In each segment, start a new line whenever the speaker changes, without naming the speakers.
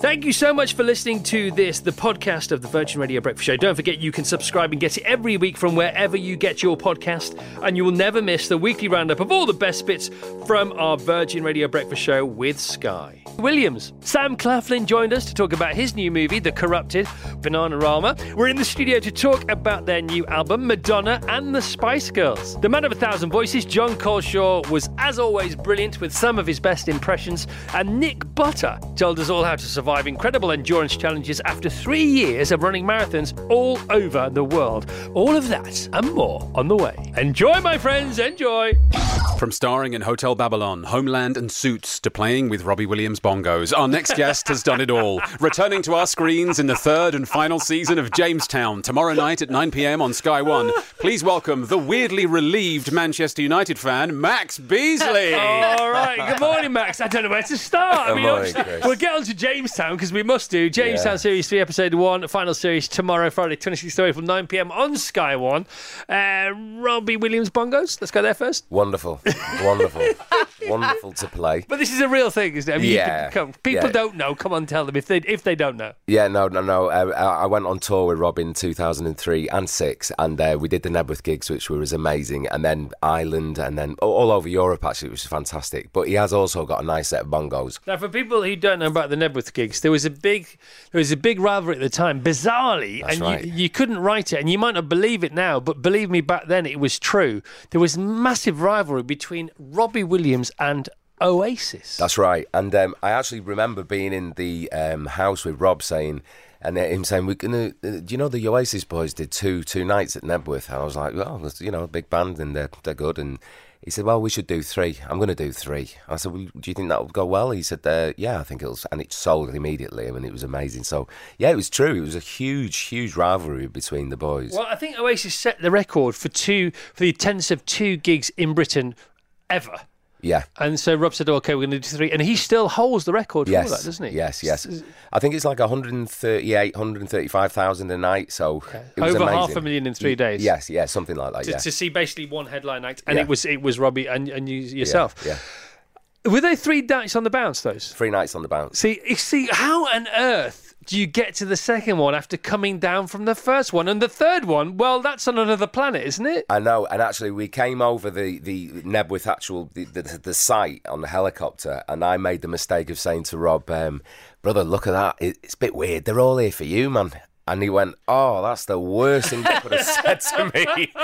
Thank you so much for listening to this, the podcast of the Virgin Radio Breakfast Show. Don't forget you can subscribe and get it every week from wherever you get your podcast, and you will never miss the weekly roundup of all the best bits from our Virgin Radio Breakfast Show with Sky. Williams. Sam Claflin joined us to talk about his new movie, The Corrupted, Bananarama. We're in the studio to talk about their new album, Madonna and the Spice Girls. The man of a thousand voices, John Colshaw, was as always brilliant with some of his best impressions, and Nick Butter told us all how to survive incredible endurance challenges after three years of running marathons all over the world. All of that and more on the way. Enjoy, my friends, enjoy!
From starring in Hotel Babylon, Homeland, and Suits to playing with Robbie Williams bongos, our next guest has done it all. Returning to our screens in the third and final season of Jamestown tomorrow night at 9 pm on Sky One. Please welcome the weirdly relieved Manchester United fan, Max Beasley.
All right. Good morning, Max. I don't know where to start. I
Good
mean,
Oh, morning,
obviously,
Chris.
we'll get on to Jamestown because we must do Jamestown
Yeah.
Series 3, Episode 1, final series tomorrow, Friday, 26th of April, 9 pm on Sky One. Uh, Robbie Williams Bongos. Let's go there first.
Wonderful, wonderful, wonderful to play.
But this is a real thing, isn't it? I mean, you can
Yeah.
come- people
Yeah.
don't know. Come on, tell them if they if they don't know.
Yeah, no, no, no. Uh, I I went on tour with Rob in 2003 and six, and uh, we did the Nebworth gigs, which was amazing, and then Ireland, and then a- all over Europe. Actually, it was fantastic. But he has also got a nice set of bongos.
Now, for people who don't know about the Nebworth gigs, there was a big, there was a big rivalry at the time. Bizarrely,
That's
and
right.
you, you couldn't write it, and you might not believe it now, but believe me, back then it was true. There was massive rivalry between Robbie Williams and Oasis.
That's right. And um, I actually remember being in the um, house with Rob saying, and uh, him saying, "We're gonna." Uh, do you know the Oasis boys did two two nights at Nebworth? And I was like, "Well, that's, you know, a big band and they're they're good." And he said, "Well, we should do three. I'm going to do three. I said, well, "Do you think that will go well?" He said, uh, "Yeah, I think it'll." s-" And it sold immediately. I mean, it was amazing. So yeah, it was true. It was a huge, huge rivalry between the boys.
well, I think Oasis set the record for two for the attendance of two gigs in Britain ever.
Yeah.
And so Rob said, "Okay, we're going to do three. and he still holds the record
Yes,
for that, doesn't he?
yes, yes.
S-
I think it's like 138, 135,000 a night. So it was
Over
amazing.
half a million in three
Y-
days.
Yes, yeah, something like that.
To,
yeah.
to see basically one headline act, and
Yeah.
it was it was Robbie and, and you
Yeah,
yourself.
Yeah,
Were they three nights on the bounce? Those
Three nights on the bounce.
See, see, how on earth do you get to the second one after coming down from the first one and the third one? Well, that's on another planet, isn't it?
I know, and actually, we came over the the Nebworth actual the, the the site on the helicopter, and I made the mistake of saying to Rob, um, "Brother, look at that. It, it's a bit weird. They're all here for you, man." And he went, "Oh, that's the worst thing they could have said to me."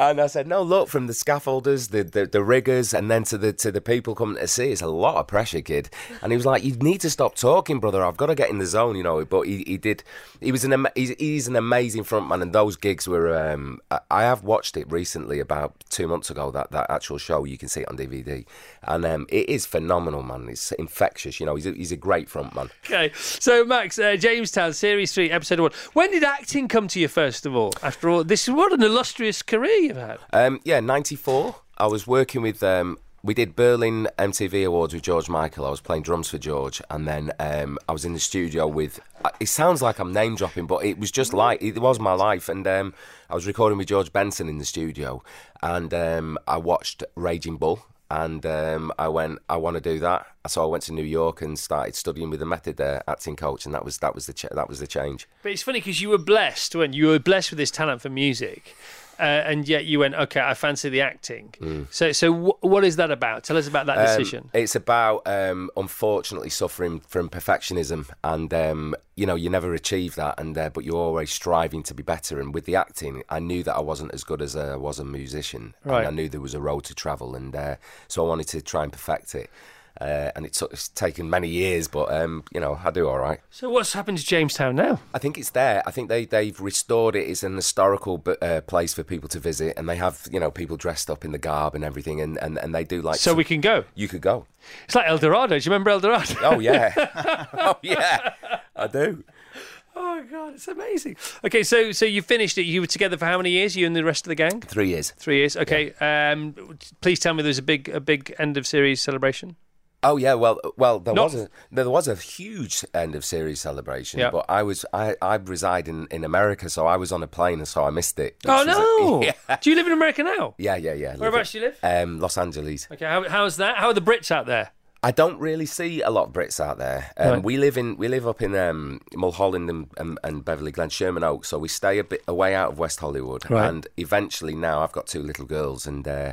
And I said, "No, look from the scaffolders, the, the the riggers, and then to the to the people coming to see. It's a lot of pressure, kid." And he was like, "You need to stop talking, brother. I've got to get in the zone, you know." But he, he did. He was an ama- he's, he's an amazing frontman, and those gigs were. Um, I, I have watched it recently, about two months ago. That that actual show, you can see it on DVD, and um, it is phenomenal, man. It's infectious, you know. He's a, he's a great frontman.
Okay. So, Max, uh, Jamestown, Series 3, Episode 1. When did acting come to you, first of all? After all, this is what an illustrious career you've had.
Um, yeah, '94. I was working with. Um, we did Berlin MTV Awards with George Michael. I was playing drums for George, and then um, I was in the studio with. uh, It sounds like I'm name dropping, but it was just like it was my life. And um, I was recording with George Benson in the studio, and um, I watched Raging Bull, and um, I went, I want to do that. So I went to New York and started studying with a method uh, acting coach, and that was that was the ch- that was the change.
But it's funny because you were blessed when you were blessed with this talent for music. Uh, and yet you went, okay, I fancy the acting. So, so wh- what is that about? Tell us about that
Um,
decision.
It's about um, unfortunately suffering from perfectionism, and um, you know you never achieve that, and uh, but you're always striving to be better. And with the acting, I knew that I wasn't as good as I was a musician,
Right.
and I knew there was a road to travel, and uh, so I wanted to try and perfect it. Uh, and it took, it's taken many years, but um, you know I do all right.
So what's happened to Jamestown now?
I think it's there. I think they they've restored it. It's an historical bu- uh, place for people to visit, and they have you know people dressed up in the garb and everything, and and, and they do like.
So
to-
we can go.
you could go.
It's like El Dorado. Do you remember El Dorado?
Oh yeah, oh yeah, I do.
Oh god, it's amazing. Okay, so so you finished it. You were together for how many years? You and the rest of the gang?
Three years.
Three years. Okay. Um, please tell me there was a big a big end of series celebration.
Oh yeah, well, well, there
Not-
was a there was a huge end of series celebration,
Yeah.
but I was I I reside in, in America, so I was on a plane, and so I missed it. which
Oh
was a-
no!
yeah,
Do you live in America now?
yeah, yeah. yeah
Whereabouts you live?
Um, Los Angeles.
Okay. How, how's that? How are the Brits out there?
I don't really see a lot of Brits out there. Um,
Right.
We live in we live up in um, Mulholland and, and, and Beverly Glen, Sherman Oaks, so we stay a bit away out of West Hollywood.
Right.
And eventually, now I've got two little girls, and uh,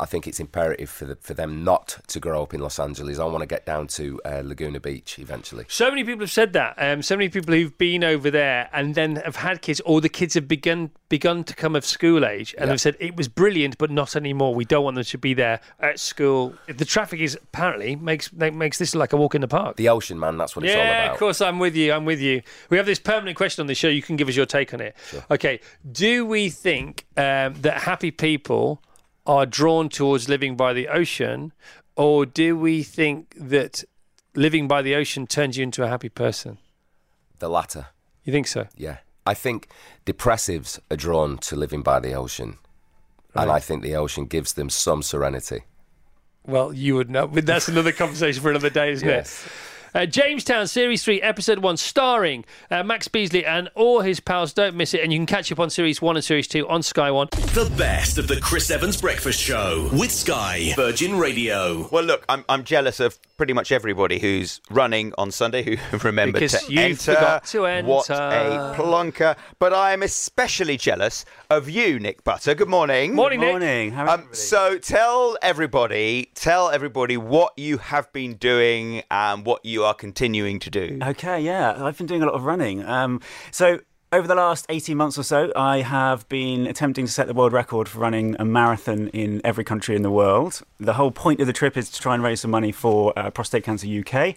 I think it's imperative for the, for them not to grow up in Los Angeles. I want to get down to uh, Laguna Beach eventually.
So many people have said that. Um, so many people who've been over there and then have had kids, or the kids have begun begun to come of school age, and have said it was brilliant, but not anymore. We don't want them to be there at school. The traffic is apparently makes makes this like a walk in the park.
The ocean, man, that's what it's all
yeah,
about.
of course, I'm with you. I'm with you. We have this permanent question on the show. You can give us your take on it. Okay. Do we think um, that happy people are drawn towards living by the ocean, or do we think that living by the ocean turns you into a happy person?
The latter,
You think so?
yeah. I think depressives are drawn to living by the ocean, and I think the ocean gives them some serenity.
Well, you would know. But that's another conversation for another day, isn't
Yes.
it? Uh, Jamestown Series 3, Episode 1, starring uh, Max Beasley and all his pals. Don't miss it. And you can catch up on Series 1 and Series 2 on Sky 1.
The best of the Chris Evans Breakfast Show with Sky Virgin Radio.
Well, look, I'm, I'm jealous of pretty much everybody who's running on Sunday who remembered
Because
to
you
enter.
forgot to enter.
What a plonker! But I am especially jealous of you, Nick Butter. Good morning.
Morning, Nick.
Morning. How
Um, so tell everybody, tell everybody what you have been doing and what you are continuing to do.
Okay, yeah, I've been doing a lot of running. Um, so over the last 18 months or so, I have been attempting to set the world record for running a marathon in every country in the world. The whole point of the trip is to try and raise some money for uh, Prostate Cancer UK.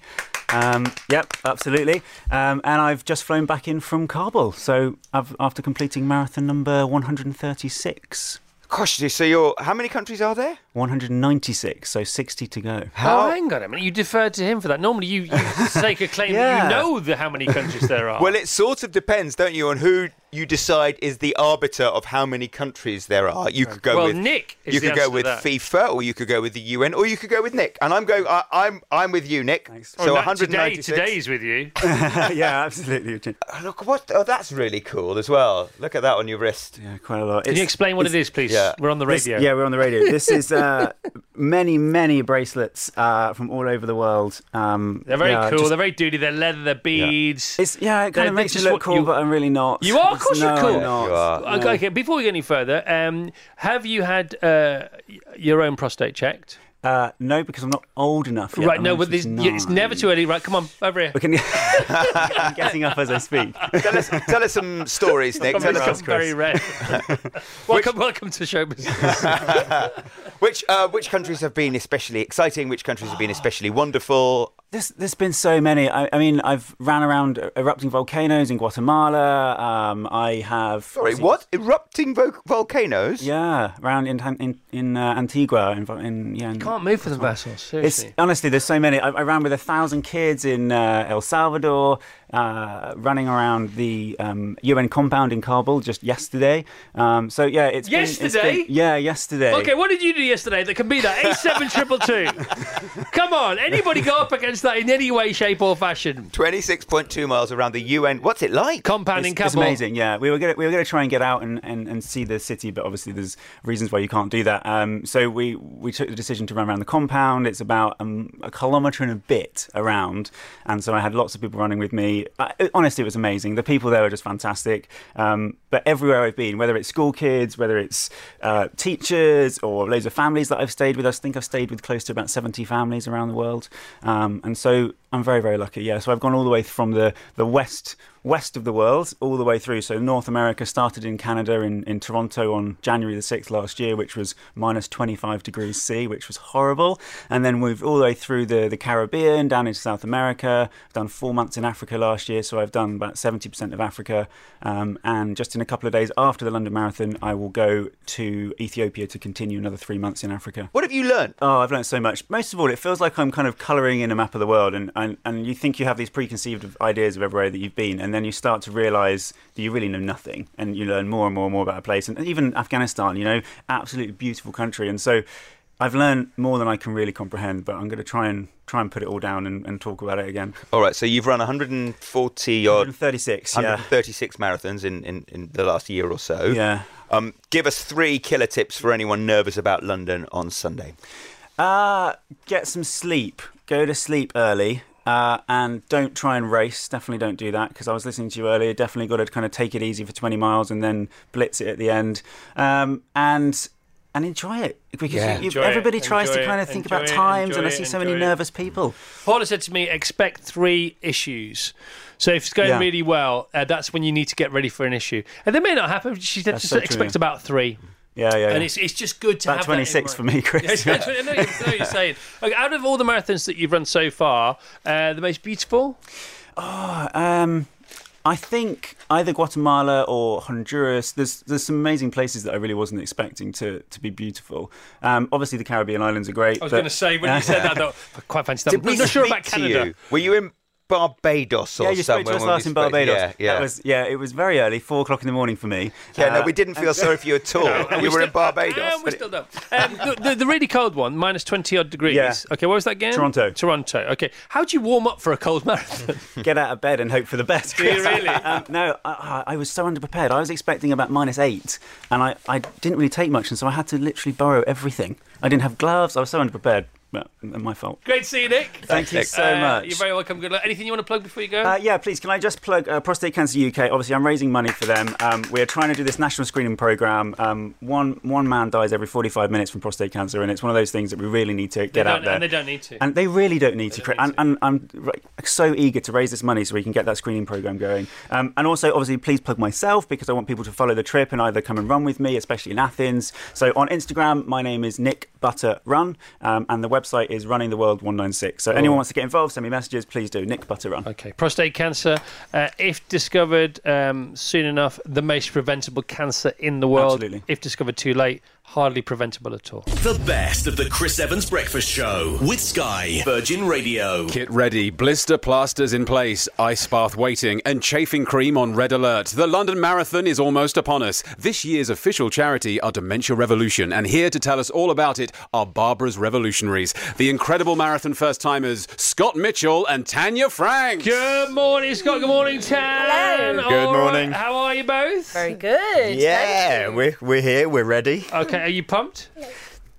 Um, yep, absolutely. Um, and I've just flown back in from Kabul, so I've, after completing marathon number 136.
Gosh, so you're how many countries are there?
196, so 60 to go.
Oh, hang on a minute. You deferred to him for that. Normally, you, you take a claim that
Yeah.
you know the, how many countries there are.
Well, it sort of depends, don't you, on who you decide is the arbiter of how many countries there are. You could go
Well,
with
Nick is
you
the
could go
answer to
with
that.
FIFA, or you could go with the UN, or you could go with Nick. And I'm going. I, I'm I'm with you, Nick.
Oh,
So
no,
196.
Today, today's with you.
yeah, absolutely. Eugene.
Oh, look what. Oh, that's really cool as well. Look at that on your wrist.
Yeah, quite a lot.
Can you
It's-
explain what it is, please?
yeah.
We're on the
This-
radio.
yeah, we're on the radio. This is uh, many, many bracelets uh, from all over the world. Um,
They're very
yeah,
cool.
just-
they're very doody. They're leather. They're beads.
it's, yeah, it
they're-
kind
they're
of makes you
just what
look cool,
you-
but I'm really not.
You are, of
It's-
course you're
no,
cool.
I'm not.
You are.
Okay, okay, before we go any further, um, have you had uh, y- your own prostate checked?
Uh, no, because I'm not old enough. Yet.
right,
I'm
no, but this,
59.
it's never too early. Right, come on, over here.
We can- I'm getting up as I speak.
Tell us tell us some stories, Nick.
Somebody's
Tell
got
us some
very red. welcome, welcome to show business.
Which uh, which countries have been especially exciting? Which countries have been especially wonderful?
There's, there's been so many. I, I mean, I've ran around e, erupting volcanoes in Guatemala. Um, I have.
Sorry, what erupting vo- volcanoes?
Yeah, around in in, in uh, Antigua. In, in, yeah, in,
Can't move for the vessels.
It's
Seriously.
honestly, there's so many. I, I ran with a thousand kids in uh, El Salvador, uh, running around the um, UN compound in Kabul just yesterday. Um, so yeah, it's been- it's been-
Yesterday?
yeah, yesterday.
Okay, what did you do yesterday that can be that? 87222. Come on, anybody go up against that in any way, shape, or fashion?
26.2 miles around the UN. What's it like?
Compound in
It's, it's
Kabul.
amazing, yeah. We were gonna we were gonna try and get out and, and, and see the city, but obviously there's reasons why you can't do that. Um, so we we took the decision to run around the compound. It's about um, a kilometre and a bit around, and so I had lots of people running with me. I, it- honestly, it was amazing. The people there were just fantastic. Um, but everywhere I've been, whether it's school kids, whether it's uh, teachers or loads of families that I've stayed with, I think I've stayed with close to about seventy families around the world, um, and so. I'm very, very lucky. Yeah, so I've gone all the way from the, the west west of the world all the way through. So North America started in Canada in, in Toronto on January the sixth last year, which was minus 25 degrees C, which was horrible. And then moved all the way through the the Caribbean down into South America. I've done four months in Africa last year, so I've done about 70% of Africa. Um, and just in a couple of days after the London Marathon, I will go to Ethiopia to continue another three months in Africa.
What have you learned?
Oh, I've learned so much. Most of all, it feels like I'm kind of colouring in a map of the world, and, and, and you think you have these preconceived ideas of everywhere that you've been, and then you start to realise that you really know nothing, and you learn more and more and more about a place, and even Afghanistan, you know, absolutely beautiful country, and so I've learned more than I can really comprehend, but I'm going to try and try and put it all down and, and talk about it again.
All right, so you've run 140 odd,
136, yeah.
136 marathons in, in, in the last year or so.
Yeah.
Um, give us three killer tips for anyone nervous about London on Sunday.
Uh, get some sleep. Go to sleep early. Uh, and don't try and race. Definitely don't do that because I was listening to you earlier. Definitely got to kind of take it easy for 20 miles and then blitz it at the end. Um, and and enjoy it because
Yeah.
you, you,
Enjoy it,
everybody tries
enjoy
to kind of
it,
think
enjoy
about
it,
times,
enjoy
and I
it,
see so
enjoy
many
it.
nervous people.
Paula said to me, expect three issues. So if it's going
Yeah.
really well, uh, that's when you need to get ready for an issue. And they may not happen. She said,
That's
just
so true.
expect about three.
Yeah, yeah.
And
yeah.
it's, it's just good to
About
have that in
26 for
mind.
me, Chris.
Yes, yes, I know, I know what you're saying. Okay, out of all the marathons that you've run so far, uh, the most beautiful?
Um, I think either Guatemala or Honduras. There's there's some amazing places that I really wasn't expecting to to be beautiful. Um, obviously the Caribbean islands are great.
I was
but-
going to say, when you said that, I thought, I quite fancy that.
Did
I'm
we
not sure
speak
about
to
Canada.
you? Were you in Barbados or
yeah, you spoke
somewhere?
to us
when we
last in
spoke?
Barbados.
Yeah, yeah.
That was, yeah, it was very early, four o'clock in the morning for me.
yeah,
Uh,
no, we didn't feel sorry for you at all.
And
you were
still-
in Barbados.
And we
but it-
still don't. Um, the, the, the really cold one, minus 20 odd degrees.
Yeah.
Okay, what was that again?
Toronto.
Toronto. Okay. How do you warm up for a cold marathon?
get out of bed and hope for the best.
you
Chris.
really?
um, no, I, I I was so underprepared. I was expecting about minus eight, and I, I didn't really take much, and so I had to literally borrow everything. I didn't have gloves. I was so underprepared. But my fault.
Great to see you, Nick.
Thank you so
Uh,
much.
You're very welcome. Good luck. Anything you want to plug before you go?
Uh, yeah, please. Can I just plug uh, Prostate Cancer UK? Obviously, I'm raising money for them. Um, we're trying to do this national screening program. Um, one one man dies every 45 minutes from prostate cancer, and it's one of those things that we really need to get
don't-
out there.
and they don't need to.
And they really don't need to.
don't
Chris.
need
and, and I'm right, so eager to raise this money so we can get that screening program going. Um, and also, obviously, please plug myself because I want people to follow the trip and either come and run with me, especially in Athens. So on Instagram, my name is Nick Butter Run, um, and the website is Running the World 196. So anyone wants to get involved, send me messages. Please do. Nick Butter Run.
Okay, prostate cancer, uh, if discovered um, soon enough, the most preventable cancer in the world.
Absolutely.
If discovered too late, hardly preventable at all.
The best of the Chris Evans Breakfast Show with Sky Virgin Radio.
Kit ready, blister plasters in place, ice bath waiting, and chafing cream on red alert. The London Marathon is almost upon us. This year's official charity are Dementia Revolution, and here to tell us all about it are Barbara's Revolutionaries, the incredible marathon first timers Scott Mitchell and Tanya Frank.
Good morning, Scott. Good morning, Tan. Oh,
Hello. Good
All right,
morning.
How are you both?
Very good.
Yeah, we're, we're here, we're ready.
Okay, are you pumped?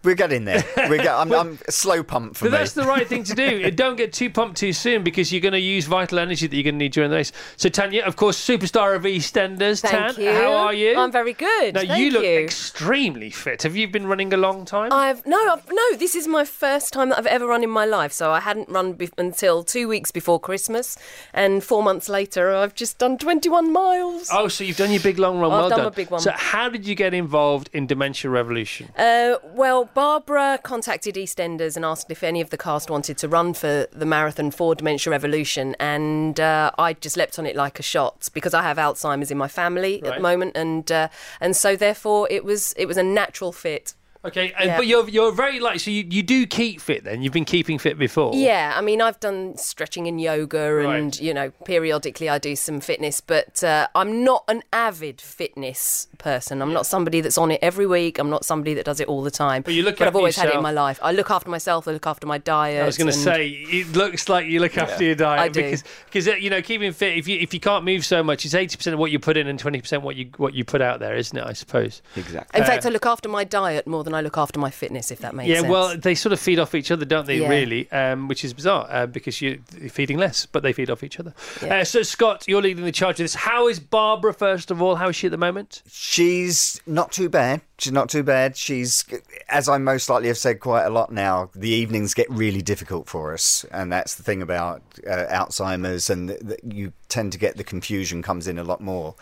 We're getting there. We're get, I'm, I'm slow pump for
But
me.
that's the right thing to do. Don't get too pumped too soon because you're going to use vital energy that you're going to need during the race. So, Tanya, of course, superstar of EastEnders.
Thank
Tan,
you.
how are you?
I'm very good.
Now,
Thank
you look
you.
extremely fit. Have you been running a long time?
I've no, I've, no. This is my first time that I've ever run in my life. So I hadn't run be- until two weeks before Christmas, and four months later, I've just done 21 miles.
Oh, so you've done your big long run.
I've
well
done my big one.
So, how did you get involved in Dementia Revolution?
Uh, well, Barbara contacted EastEnders and asked if any of the cast wanted to run for the marathon for Dementia Revolution, and uh, I just leapt on it like a shot because I have Alzheimer's in my family at
Right.
the moment, and uh, and so therefore it was it was a natural fit.
Okay, and,
Yeah.
but you're you're very like so you, you do keep fit then. You've been keeping fit before.
Yeah, I mean, I've done stretching and yoga, and
Right.
you know, periodically I do some fitness, but uh, I'm not an avid fitness person. I'm not somebody that's on it every week. I'm not somebody that does it all the time.
But you look
I've
after
always had it
yourself.
in my life. I look after myself. I look after my diet.
I was going to
and-
say it looks like you look after your diet
I do.
because because uh, you know keeping fit if you if you can't move so much it's eighty percent of what you put in and twenty percent what you what you put out there isn't it I suppose Uh,
In fact, I look after my diet more than and I look after my fitness, if that makes
yeah,
sense.
well, they sort of feed off each other, don't they?
Yeah.
Really, um, which is bizarre uh, because you're feeding less, but they feed off each other.
Yeah.
Uh, so, Scott, you're leading the charge of this. How is Barbara? First of all, how is she at the moment?
She's not too bad. She's not too bad. She's, as I most likely have said quite a lot now, the evenings get really difficult for us. And that's the thing about uh, Alzheimer's, and th- th- you tend to get the confusion comes in a lot more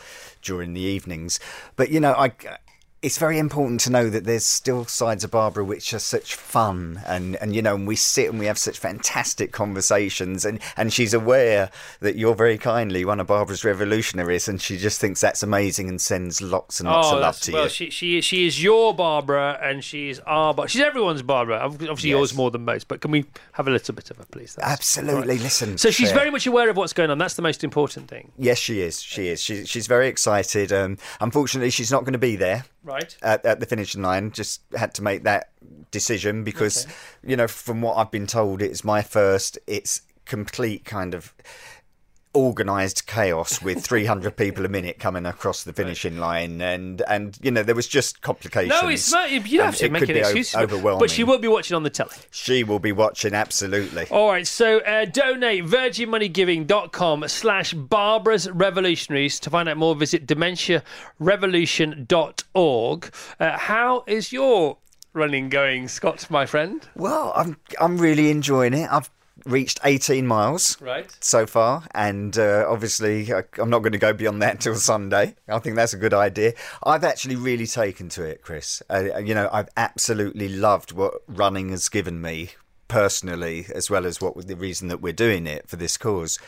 during the evenings. But, you know, I. It's very important to know that there's still sides of Barbara which are such fun, and, and you know, and we sit and we have such fantastic conversations, and, and she's aware that you're very kindly one of Barbara's revolutionaries, and she just thinks that's amazing and sends lots and lots
oh,
of love
that's-
to
well,
you.
she she is- she is your Barbara, and she is our Barbara. She's everyone's Barbara. Ob- Obviously, yours more than most. But can we have a little bit of her, please? That's-
Absolutely, listen.
So she's
Claire.
very much aware of what's going on. That's the most important thing,
Yes, she is. She is. She, she's very excited. Um, unfortunately, she's not going to be there
right?
at, at the finishing line. Just had to make that decision because, you know, from what I've been told, it's my first. It's complete kind of organized chaos with 300 people a minute coming across the finishing line and and you know there was just complications
No, it's not. You don't
and
have to
it
make
could
an
be o-
excuse.
overwhelming
But she will be watching on the telly.
she will be watching absolutely
All right, so uh, donate virginmoneygiving.com slash Barbara's Revolutionaries. To find out more, visit dementiarevolution.org. Uh, how is your running going, Scott, my friend?
Well, I'm I'm really enjoying it. I've reached 18 miles
Right.
so far, and uh, obviously I, I'm not going to go beyond that till Sunday. I think that's a good idea. I've actually really taken to it, Chris. Uh, you know, I've absolutely loved what running has given me personally, as well as what the reason that we're doing it for this cause.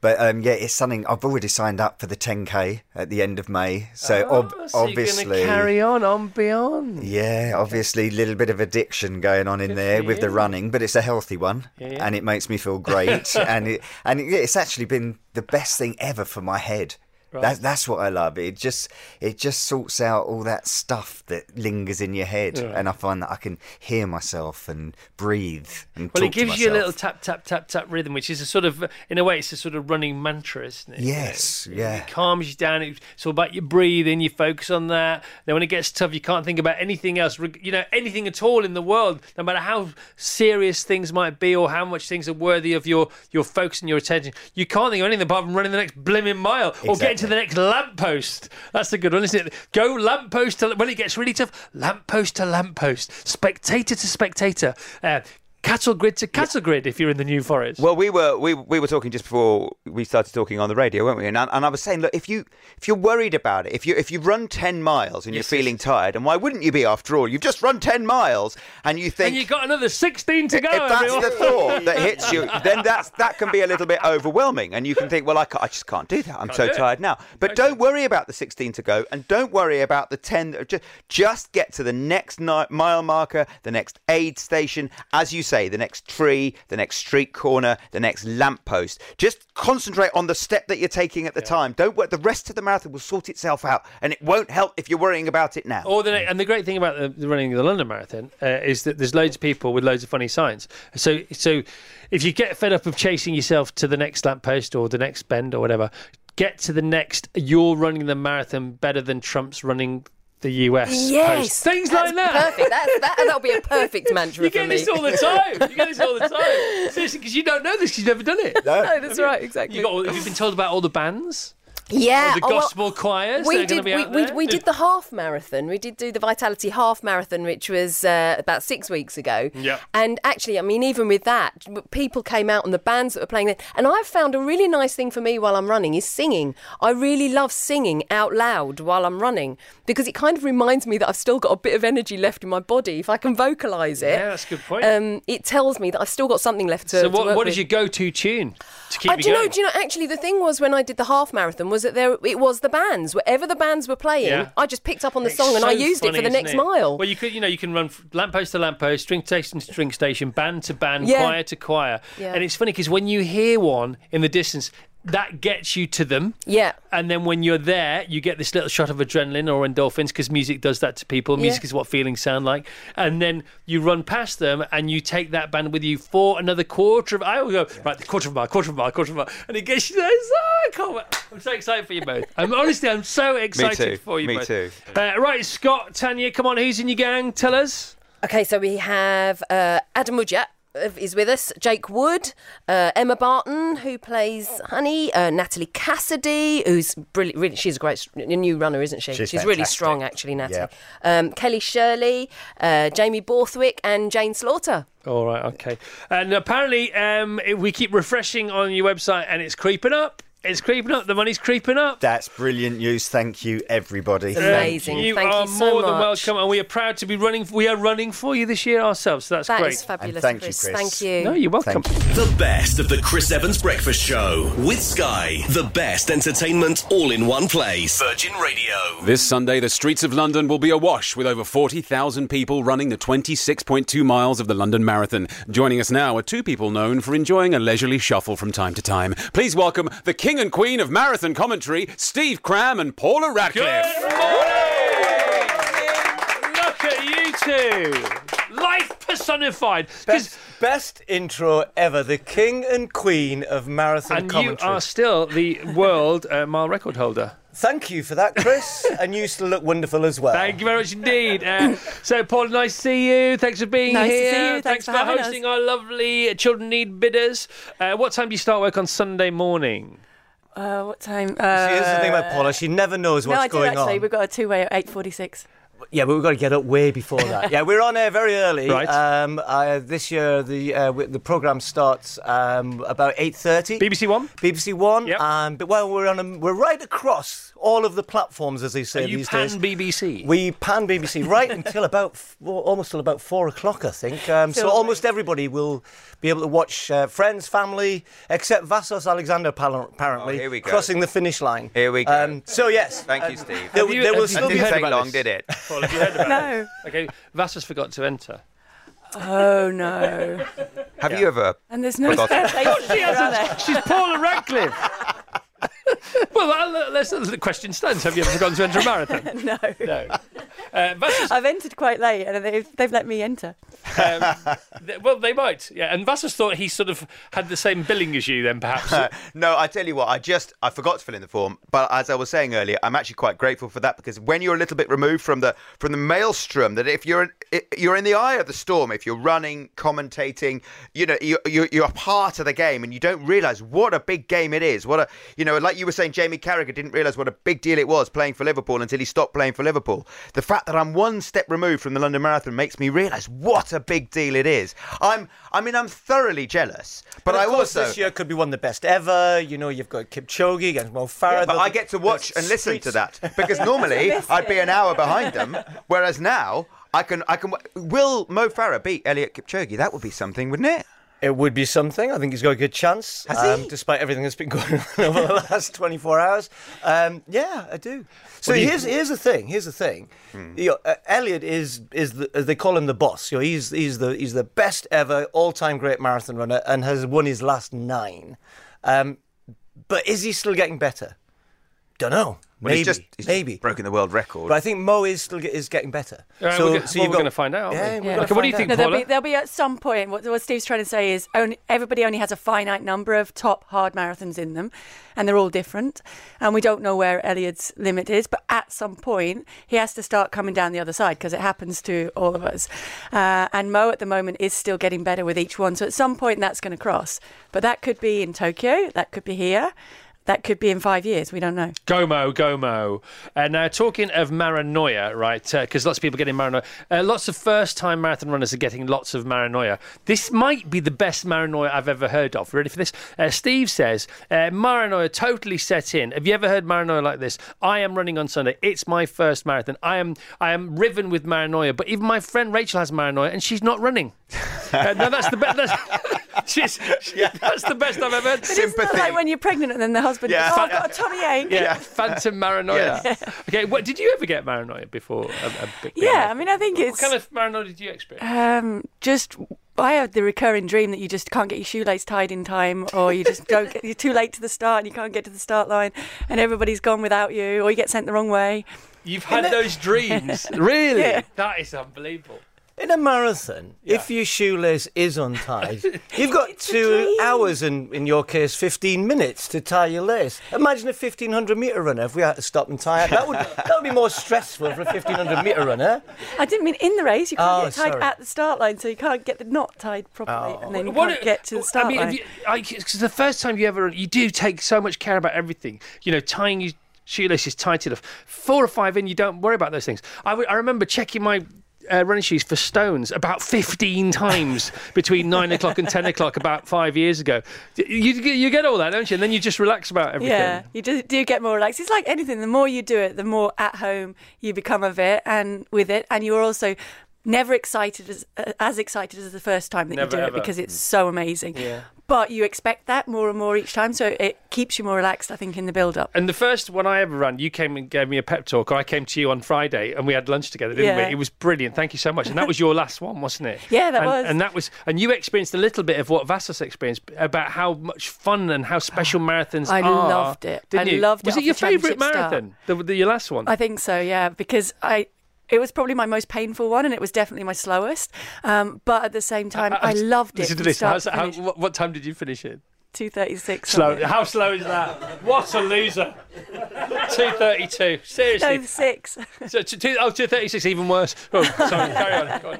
But um, yeah, it's something I've already signed up for the 10k at the end of May. So, ob-
Oh, so
obviously,
You're gonna carry on, on beyond.
yeah, obviously, a little bit of addiction going on in there with the running, but it's a healthy one,
yeah.
and it makes me feel great. and it, and it, it's actually been the best thing ever for my head. That, that's what I love. It just it just sorts out all that stuff that lingers in your head, and I find that I can hear myself and breathe and
Well,
talk
it gives
to
you a
myself.
little tap, tap, tap, tap rhythm, which is a sort of, in a way, it's a sort of running mantra, isn't it?
Yes,
It-
yeah.
It calms you down. It- It's all about your breathing. You focus on that. Then when it gets tough, you can't think about anything else, reg- you know, anything at all in the world, no matter how serious things might be or how much things are worthy of your, your focus and your attention. You can't think of anything apart from running the next blimmin' mile or getting to
Exactly.
the next lamppost. That's the good one, isn't it? Go lamppost to, when it gets really tough, lamppost to lamppost, spectator to spectator. Uh, Cattle grid to cattle grid if you're in the New Forest.
Well, we were we, we were talking just before we started talking on the radio, weren't we? And I, and I was saying, look, if you if you're worried about it, if you if you run ten miles and you're feeling tired, and why wouldn't you be after all? You've just run ten miles, and you think
and you got another 16 to go.
if that's
everyone.
the thought that hits you, then that's that can be a little bit overwhelming, and you can think, well, I, ca- I just can't do that. I'm so
do it.
tired now. But don't worry about the 16 to go, and don't worry about the 10. that are Just, just get to the next ni- mile marker, the next aid station, as you say, the next tree, the next street corner, the next lamppost. Just concentrate on the step that you're taking at the time. Don't worry. The rest of the marathon will sort itself out, and it won't help if you're worrying about it now.
Or Oh, the, and the great thing about the, the running of the London Marathon uh, is that there's loads of people with loads of funny signs. So, so if you get fed up of chasing yourself to the next lamppost or the next bend or whatever, get to the next. You're running the marathon better than Trump's running the US. post.
Yes,
things like
That's
that.
Perfect. That's, that that'll be a perfect mantra
You
for
get
me.
this all the time. You get this all the time. Seriously, because you don't know this. 'cause You've never done it.
no, that's right. Exactly.
You got. all- You've been told about all the bands.
Yeah,
the
oh, well,
gospel choirs that
We
are gonna
did.
be
we,
out
we,
there.
we did the half marathon. We did do the Vitality half marathon, which was uh, about six weeks ago.
Yeah.
And actually, I mean, even with that, people came out and the bands that were playing there. And I've found a really nice thing for me while I'm running is singing. I really love singing out loud while I'm running because it kind of reminds me that I've still got a bit of energy left in my body. If I can vocalise it,
Yeah, that's a good point.
Um, it tells me that I've still got something left to.
so,
to
what,
work
what
with.
is your go-to tune to keep
I
you
do you
going?
know? Do you know? Actually, the thing was when I did the half marathon was that there it was the bands. Wherever the bands were playing,
Yeah.
I just picked up on the
It's
song and I
so
used
funny,
it for the
isn't
next mile.
Well, you could, you know, you can run f- lamppost to lamppost, string station to string station, band to band,
Yeah.
choir to choir,
Yeah.
and it's funny because when you hear one in the distance, that gets you to them.
Yeah.
And then when you're there, you get this little shot of adrenaline or endorphins because music does that to people. Music
Yeah.
is what feelings sound like. And then you run past them and you take that band with you for another quarter of. I will go right, the quarter of a mile, quarter of a mile, quarter of a mile, and it gets you there. It's, "Oh, I can't wait." I'm so excited for you both. I'm honestly, I'm so excited
too.
for you
Me
both.
too.
Uh, right, Scott, Tanya, come on, who's in your gang? Tell us.
Okay, so we have uh, Adam Mujat uh, is with us, Jake Wood, uh, Emma Barton, who plays Honey, uh, Natalie Cassidy, who's brilliant. Really, she's a great a new runner, isn't she?
She's
really
fantastic.
strong, actually, Natalie.
Yeah.
Um, Kelly Shirley, uh, Jamie Borthwick, and Jane Slaughter.
All right, okay. And apparently, um, we keep refreshing on your website, and it's creeping up. It's creeping up. The money's creeping up.
That's brilliant news. Thank you, everybody.
Yeah. Amazing.
You
Thank you
are
so
more than
much.
welcome, and we are proud to be running. We are running for you this year ourselves. So that's
That is
great.
fabulous,
And thank you,
Chris.
Chris.
Thank you.
no, you're welcome.
Thank you.
The best of the Chris Evans Breakfast Show with Sky. The best entertainment all in one place. Virgin Radio.
This Sunday, the streets of London will be awash with over 40,000 people running the 26.2 miles of the London Marathon. Joining us now are two people known for enjoying a leisurely shuffle from time to time. Please welcome the king and queen of marathon commentary, Steve Cram and Paula
Good
Radcliffe.
morning. Look at you two. Life personified. 'Cause-
Best, best intro ever. The king and queen of marathon
and you
commentary.
are still the world uh, mile record holder.
Thank you for that, Chris. and you still look wonderful as well.
Thank you very much indeed. Uh, so, Paul, nice to see you. Thanks for being
Nice to
here.
see you. Thanks for having us.
hosting our lovely Children Need Bidders. Uh, what time do you start work on Sunday morning?
Uh, what time?
See, this is the thing
Uh,
about Paula. She never knows
No,
what's
I do
going
actually.
on.
We've got a two-way at 8:46.
Yeah, but we've got to get up way before that. yeah, we're on air very early.
Right.
Um, I, this year, the uh, w- the program starts um, about eight thirty.
BBC One?
BBC One.
Yep.
Um, but well, we're on. A, we're right across all of the platforms, as they say
Are you
these
pan
days.
BBC?
We pan BBC right until about f- well, almost till about four o'clock, I think. Um, so
Till-
almost everybody will be able to watch uh, Friends, Family, except Vassos Alexander, pal- apparently,
Oh, here we go.
crossing the finish line.
Here we go.
Oh,
so yes,
Thank
uh,
you, Steve.
There,
Have you-
there will
have you-
still
Didn't
be
Didn't
heard
take
heard
about
long,
this?
did it?
Paul, have you heard about
No.
it? Okay, Vassos forgot to enter.
Oh no.
Have you ever?
And there's no
Forgotten.
spare place.
She
around
hasn't.
there.
She's Paula Radcliffe. well, I'll- uh, let's, the question stands. Have you ever gone to enter a marathon?
No.
No. Uh, Vassos,
I've entered quite late, and they've, they've let me enter.
um, th- well, they might. Yeah, and Vassos thought he sort of had the same billing as you, then perhaps.
No, I tell you what, I just I forgot to fill in the form, but as I was saying earlier, I'm actually quite grateful for that because when you're a little bit removed from the from the maelstrom, that if you're in, you're in the eye of the storm, if you're running, commentating, you know, you're, you're you're a part of the game, and you don't realise what a big game it is. What a you know, like you were saying, Jamie Carragher didn't realise what a big deal it was playing for Liverpool until he stopped playing for Liverpool. The fact that I'm one step removed from the London Marathon makes me realise what a big deal it is. I'm I mean I'm thoroughly jealous, but
Of
I
course,
also
this year could be one of the best ever. You know, you've got Kipchoge against Mo Farah.
Yeah, but
There'll
I
be-
get to watch
there's
and listen to
streets-
that because normally
miss
I'd be
it.
an hour behind them, whereas now I can I can. Will Mo Farah beat Elliot Kipchoge? That would be something, wouldn't it?
It would be something. I think he's got a good chance,
Has
Um,
he?
Um, despite everything that's been going on over the last 24 hours. Um, yeah, I do. So here's here's the thing. Here's the thing.
Hmm.
You know, uh, Elliot is is the, as they call him the boss. You know, he's he's the he's the best ever all time great marathon runner and has won his last nine. Um, but is he still getting better? Don't know.
Well,
Maybe.
he's just he's
maybe.
broken the world record.
But I think Mo is still get, is getting better.
Right, we're go- Uh, well, we're gonna find out, aren't we?
Yeah, we're
Yeah.
gonna
Okay, what do
find
you think,
out.
No, there'll
Paula?
be, there'll be at some point. What, what Steve's trying to say is only, everybody only has a finite number of top hard marathons in them, and they're all different. And we don't know where Elliot's limit is, but at some point, he has to start coming down the other side because it happens to all of us. Uh, and Mo at the moment is still getting better with each one. So at some point, that's going to cross. But that could be in Tokyo, that could be here, that could be in five years. We don't know.
Gomo, Gomo. Uh, now, talking of Maranoia, right? Because lots of people getting Maranoia. Uh, lots of first-time marathon runners are getting lots of Maranoia. This might be the best Maranoia I've ever heard of. Ready for this? Uh, Steve says uh, Maranoia totally set in. Have you ever heard Maranoia like this? I am running on Sunday. It's my first marathon. I am I am riven with Maranoia. But even my friend Rachel has Maranoia, and she's not running. uh, no, that's the best. That's, she's- that's the best I've ever heard.
It's not like when you're pregnant and then the husband,
Yeah.
oh, I've got a tummy ache.
Yeah, phantom maranoia. Okay, what did you ever get maranoia before? um, A, a big, big
Yeah,
marathon?
I mean, I think
what
it's-
kind of maranoia did you experience?
Um, just I have the recurring dream that you just can't get your shoelace tied in time, or you just don't get, you're too late to the start and you can't get to the start line, and everybody's gone without you, or you get sent the wrong way.
You've had those dreams. really?
Yeah.
That is unbelievable.
In a marathon, if your shoelace is untied, you've got two hours and, in your case, 15 minutes to tie your lace. Imagine a 1500 metre runner if we had to stop and tie it. That would, that would be more stressful for a 1500 metre runner.
I didn't mean in the race. You can't
Oh,
get tied
sorry.
at the start line, so you can't get the knot tied properly, and then you
Oh. What
can't
do-
get to the start
I mean,
line.
have you- I, 'cause the first time you ever, you do take so much care about everything. You know, tying your shoelaces tight enough. Four or five in, you don't worry about those things. I, w- I remember checking my. Uh, running shoes for stones about 15 times between 9 o'clock and 10 o'clock about five years ago. You, you you get all that, don't you? And then you just relax about everything.
Yeah, you do, do get more relaxed. It's like anything. The more you do it, the more at home you become of it and with it, and you're also never excited as uh, as excited as the first time that
Never,
you do
ever. Hmm.
it because it's so amazing. Yeah. But you expect that more and more each time, so it keeps you more relaxed. I think in the build up.
And the first one I ever ran, you came and gave me a pep talk, or I came to you on Friday and we had lunch together, didn't
Yeah.
we? It was brilliant. Thank you so much. And that was your last one, wasn't it?
Yeah, that
and,
was.
And that was, and you experienced a little bit of what Vassos experienced about how much fun and how special marathons
I
are.
loved it.
Didn't
I
you?
loved it
Was it
off
your
the
favourite
championship start.
marathon? The, the, your last one?
I think so, yeah, because I. It was probably my most painful one, and it was definitely my slowest. Um, but at the same time, I loved
Uh,
it.
Listen to
from
this.
start
How's-
to
how,
finish.
what, what time did you finish it?
2.36.
Slow. How slow is that? What a loser. 2.32. Seriously.
No, six.
So, two, two, oh, 2.36, even worse. Oh, sorry, carry on. Go on.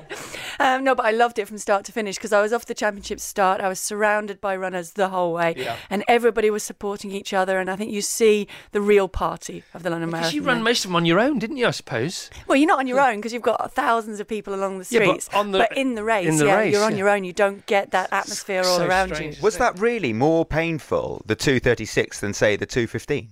Um, no, but I loved it from start to finish because I was off the championship start. I was surrounded by runners the whole way,
Yeah.
and everybody was supporting each other. And I think you see the real party of the London
Because
Marathon.
you ran
there.
most of them on your own, didn't you, I suppose?
well, you're not on your own because you've got thousands of people along the
Yeah, but
streets.
on the-
in the race,
in the
yeah,
race,
you're on
yeah.
your own. You don't get that atmosphere all
so
around
strange.
you.
Was that really more painful, the 236, than, say, the 215?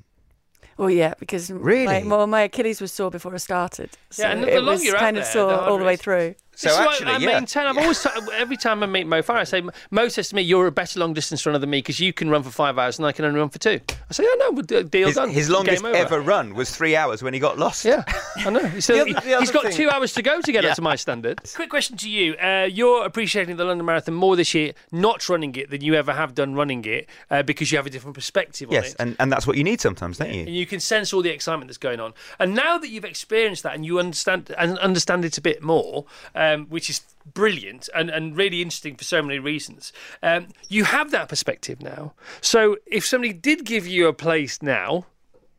Well, yeah, because my,
Really?
well, my Achilles was sore before I started. So
and the- the
it
longer
was
you're out
kind of
there,
sore
the
all
harder
the
it
way
is.
through.
So
This is why
actually,
I
yeah.
maintain. I've always t- every time I meet Mo Farah, I say, Mo says to me, "You're a better longest distance runner than me because you can run for five hours and I can only run for two. I say, "Oh no, we'll do- deal
His,
done."
his longest
Game over.
ever run was three hours when he got lost.
Yeah, I know. So
The other- the
he's
other
got
thing-
two hours to go to get up to my standard. Quick question to you: uh, You're appreciating the London Marathon more this year, not running it, than you ever have done running it, uh, because you have a different perspective on
Yes,
it.
and, and that's what you need sometimes, don't
and
you?
you can sense all the excitement that's going on. And now that you've experienced that and you understand and understand it a bit more, um, which is brilliant and, and really interesting for so many reasons, um, you have that perspective now. So if somebody did give you a place now,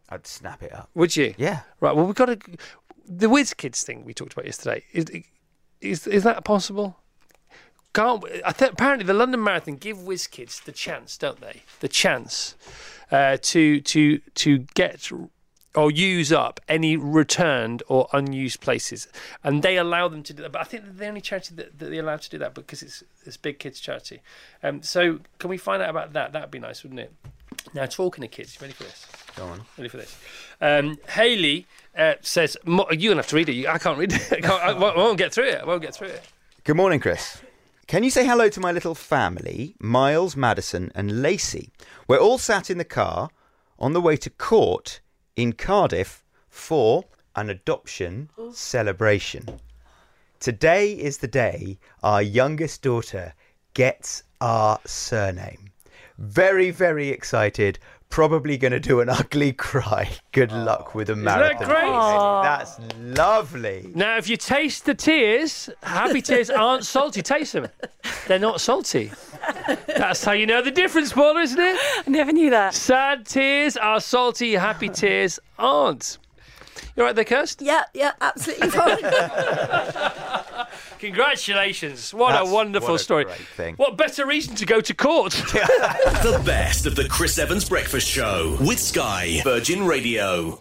I'd snap it up.
would you?
Yeah.
Right. Well, we've got to the Whiz Kids thing we talked about yesterday. Is is, is that possible? Can't I th- apparently the London Marathon give Whiz Kids the chance, don't they? The chance uh, to to to get or use up any returned or unused places, and they allow them to do that. But I think they're the only charity that, that they're allowed to do that because it's it's big kids charity. Um, so can we find out about that? That'd be nice, wouldn't it? Now talking to kids, you ready for this? Ready for this? Um, Haley uh, says, "Mo- "You're gonna have to read it. You- I can't read it. I, can't, I, won't- I won't get through it. I won't get through it."
Good morning, Chris. Can you say hello to my little family, Miles, Madison, and Lacey? We're all sat in the car on the way to court in Cardiff for an adoption celebration. Today is the day our youngest daughter gets our surname. Very, very excited. Probably going to do an ugly cry. Good luck with the marathon.
great?
That's lovely.
Now, if you taste the tears, happy tears aren't salty. Taste them; they're not salty. That's how you know the difference, Paula, isn't it?
I never knew that.
Sad tears are salty. Happy tears aren't. You're right there, Kirst.
Yeah, yeah, absolutely fine.
Congratulations! What
That's-
a wonderful
what a
story.
great thing.
What better reason to go to court?
The best of the Chris Evans Breakfast Show with Sky Virgin Radio.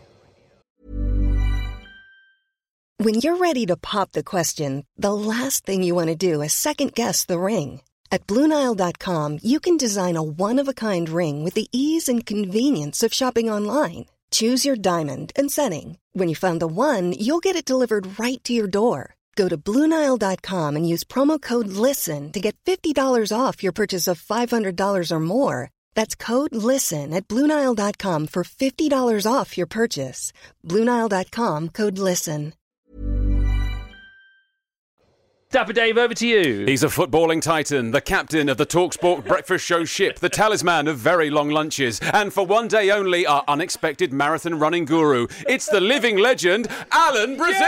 When you're ready to pop the question, the last thing you want to do is second guess the ring. At Bluenile.com, you can design a one of a kind ring with the ease and convenience of shopping online. Choose your diamond and setting. When you find the one, you'll get it delivered right to your door. Go to Bluenile.com and use promo code LISTEN to get $50 off your purchase of $500 or more. That's code LISTEN at Bluenile.com for $50 off your purchase. Bluenile.com code LISTEN.
Dapper Dave, over to you.
He's a footballing titan, the captain of the Talksport breakfast show ship, the talisman of very long lunches, and for one day only, our unexpected marathon running guru. It's the living legend, Alan Brazil.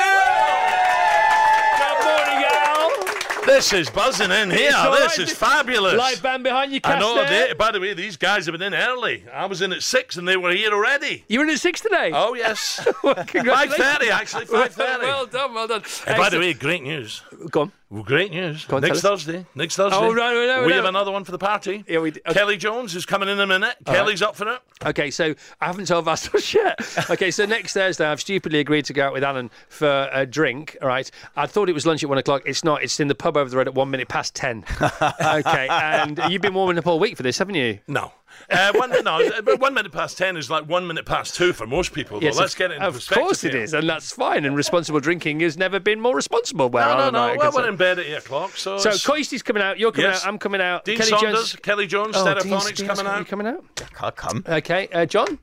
Good morning, Al.
This is buzzing in here.
It's all
This
right.
is fabulous.
Live band behind you,
I know.
Castor.
They, by the way, these guys have been in early. I was in at six, and they were here already.
You were in at six today.
Oh yes,
Congratulations.
five thirty actually. Five thirty.
Well done, well done.
And by the way, great news.
Go on.
Well, great news.
Go on,
next
tell us.
Thursday. Next Thursday.
Oh, right, right, right,
we
right.
have another one for the party. Yeah, we. Kelly Jones is coming in a minute.
All right.
Kelly's up for it.
Okay, so I haven't told Vastos yet. Okay, so next Thursday, I've stupidly agreed to go out with Alan for a drink. All right, I thought it was lunch at one o'clock. It's not. It's in the pub over the road at one minute past ten. okay, and you've been warming up all week for this, haven't you?
No. Uh, one, no, but one minute past ten is like one minute past two for most people. though.
Yes,
Let's
of-
get it into
Of
perspective
course it
here.
is, and that's fine. And responsible drinking has never been more responsible. Where
No,
Alan
no,
and I
no.
are
Well,
concerned.
we're in bed at eight o'clock, so.
So
it's-
Coisty's coming out. You're coming
Yes.
out. I'm coming out.
Dean
Kelly
Saunders,
Jones.
Kelly Jones,
Oh, Dean
Stereophonics
Spears,
coming
are you
out.
coming out?
Can't come.
Okay, uh, John.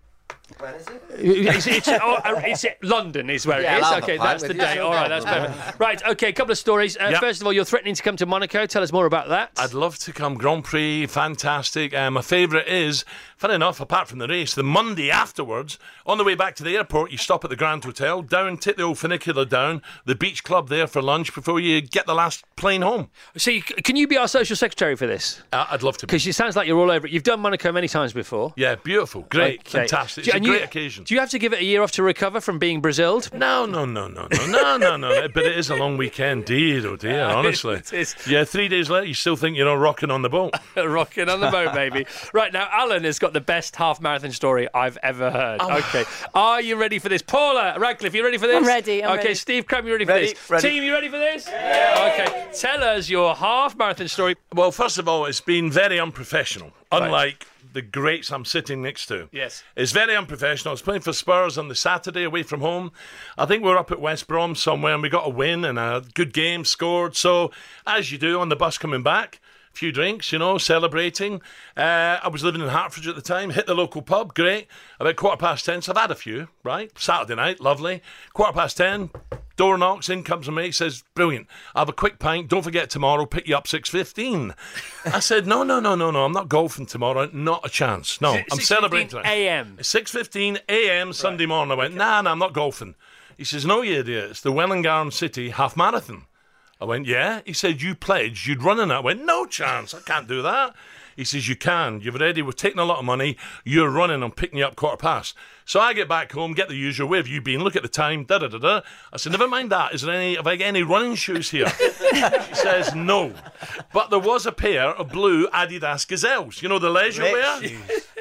It's, it's, oh, uh, it's it- London is where
Yeah,
it
I'll
is.
have a
Okay,
pint
that's
with
the
you.
day. All right, that's perfect. Right, okay, a couple of stories. Uh,
Yep.
First of all, you're threatening to come to Monaco. Tell us more about that.
I'd love to come Grand Prix, fantastic. Uh, my favourite is, fair enough, apart from the race, the Monday afterwards, on the way back to the airport, you stop at the Grand Hotel, down, take the old funicular down, the beach club there for lunch before you get the last plane home.
See, c- can you be our social secretary for this?
Uh, I'd love to.
Because it sounds like you're all over it. You've done Monaco many times before.
Yeah, beautiful, great,
Okay.
fantastic.
Do-
It's a
and you-
great occasion.
Do you have to give it a year off to recover from being Braziled?
No, no, no, no, no, no, no, no. But it is a long weekend, dear, oh dear,
Yeah,
honestly.
it is.
Yeah, three days later, you still think you're on rocking on the boat.
Rocking on the boat, baby. Right now, Alan has got the best half marathon story I've ever heard.
Oh.
Okay. Are you ready for this? Paula Radcliffe, you ready for this?
I'm ready, I'm
okay,
ready.
Steve Cram, you ready,
Ready,
for this?
ready.
Team, you ready for this? Okay. Tell us your half marathon story.
Well, first of all, it's been very unprofessional, unlike the greats I'm sitting next to.
Yes.
It's very unprofessional. I was playing for Spurs on the Saturday away from home. I think we were up at West Brom somewhere and we got a win and a good game, scored. So, as you do on the bus coming back, a few drinks, you know, celebrating. Uh, I was living in Hertfordshire at the time, hit the local pub, great. About quarter past ten, so I've had a few, right? Saturday night, lovely. Quarter past ten, door knocks, in comes a mate, says, brilliant, I have a quick pint, don't forget tomorrow, pick you up 6.15. I said, no, no, no, no, no, I'm not golfing tomorrow, not a chance, no, I'm celebrating tonight.
a.m.
6.15 a.m. Sunday morning. I went, nah, nah, I'm not golfing. He says, no, you idiot. It's the Wellingarm City Half Marathon. I went, yeah. He said, you pledged you'd run in that. I went, no chance. I can't do that. He says, you can. You've already, we're taking a lot of money. You're running. I'm picking you up quarter past. So I get back home, get the usual, where have you been? Look at the time, da da da da. I said, never mind that. Is there any, have I got any running shoes here? she says, no. But there was a pair of blue Adidas Gazelles. You know, the leisure wear?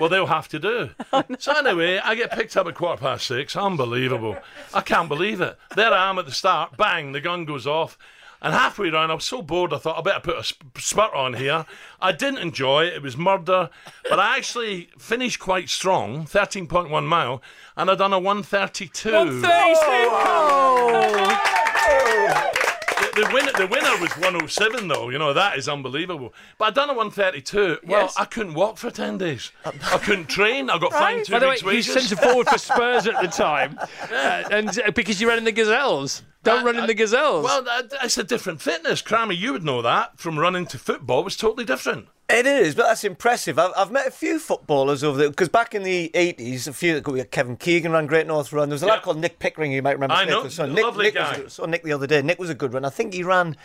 Well, they'll have to do. So anyway, I get picked up at quarter past six. Unbelievable. I can't believe it. There I am at the start. Bang, the gun goes off. And halfway round, I was so bored, I thought I better put a sp- spurt on here. I didn't enjoy it. It was murder. But I actually finished quite strong, 13.1 mile, and I done a Oh! 132.
132.
The, the, winner, the winner was 107, though. You know, that is unbelievable. But I done a 132. Well,
Yes.
I couldn't walk for 10 days. I couldn't train. I got fined two
By the way,
weeks'
you
wages.
centre forward for Spurs at the time, uh, and uh, because you ran in the Gazelles. Don't run in the Gazelles.
Well, that, that's a different fitness. Crammy, you would know that from running to football was totally different.
It is, but that's impressive. I've, I've met a few footballers over there because back in the eighties, a few Kevin Keegan ran Great North Run. There was a lad called Nick Pickering. You might remember.
I know,
Smith, so
lovely
Nick
guy.
Was, saw Nick the other day. Nick was a good run. I think he ran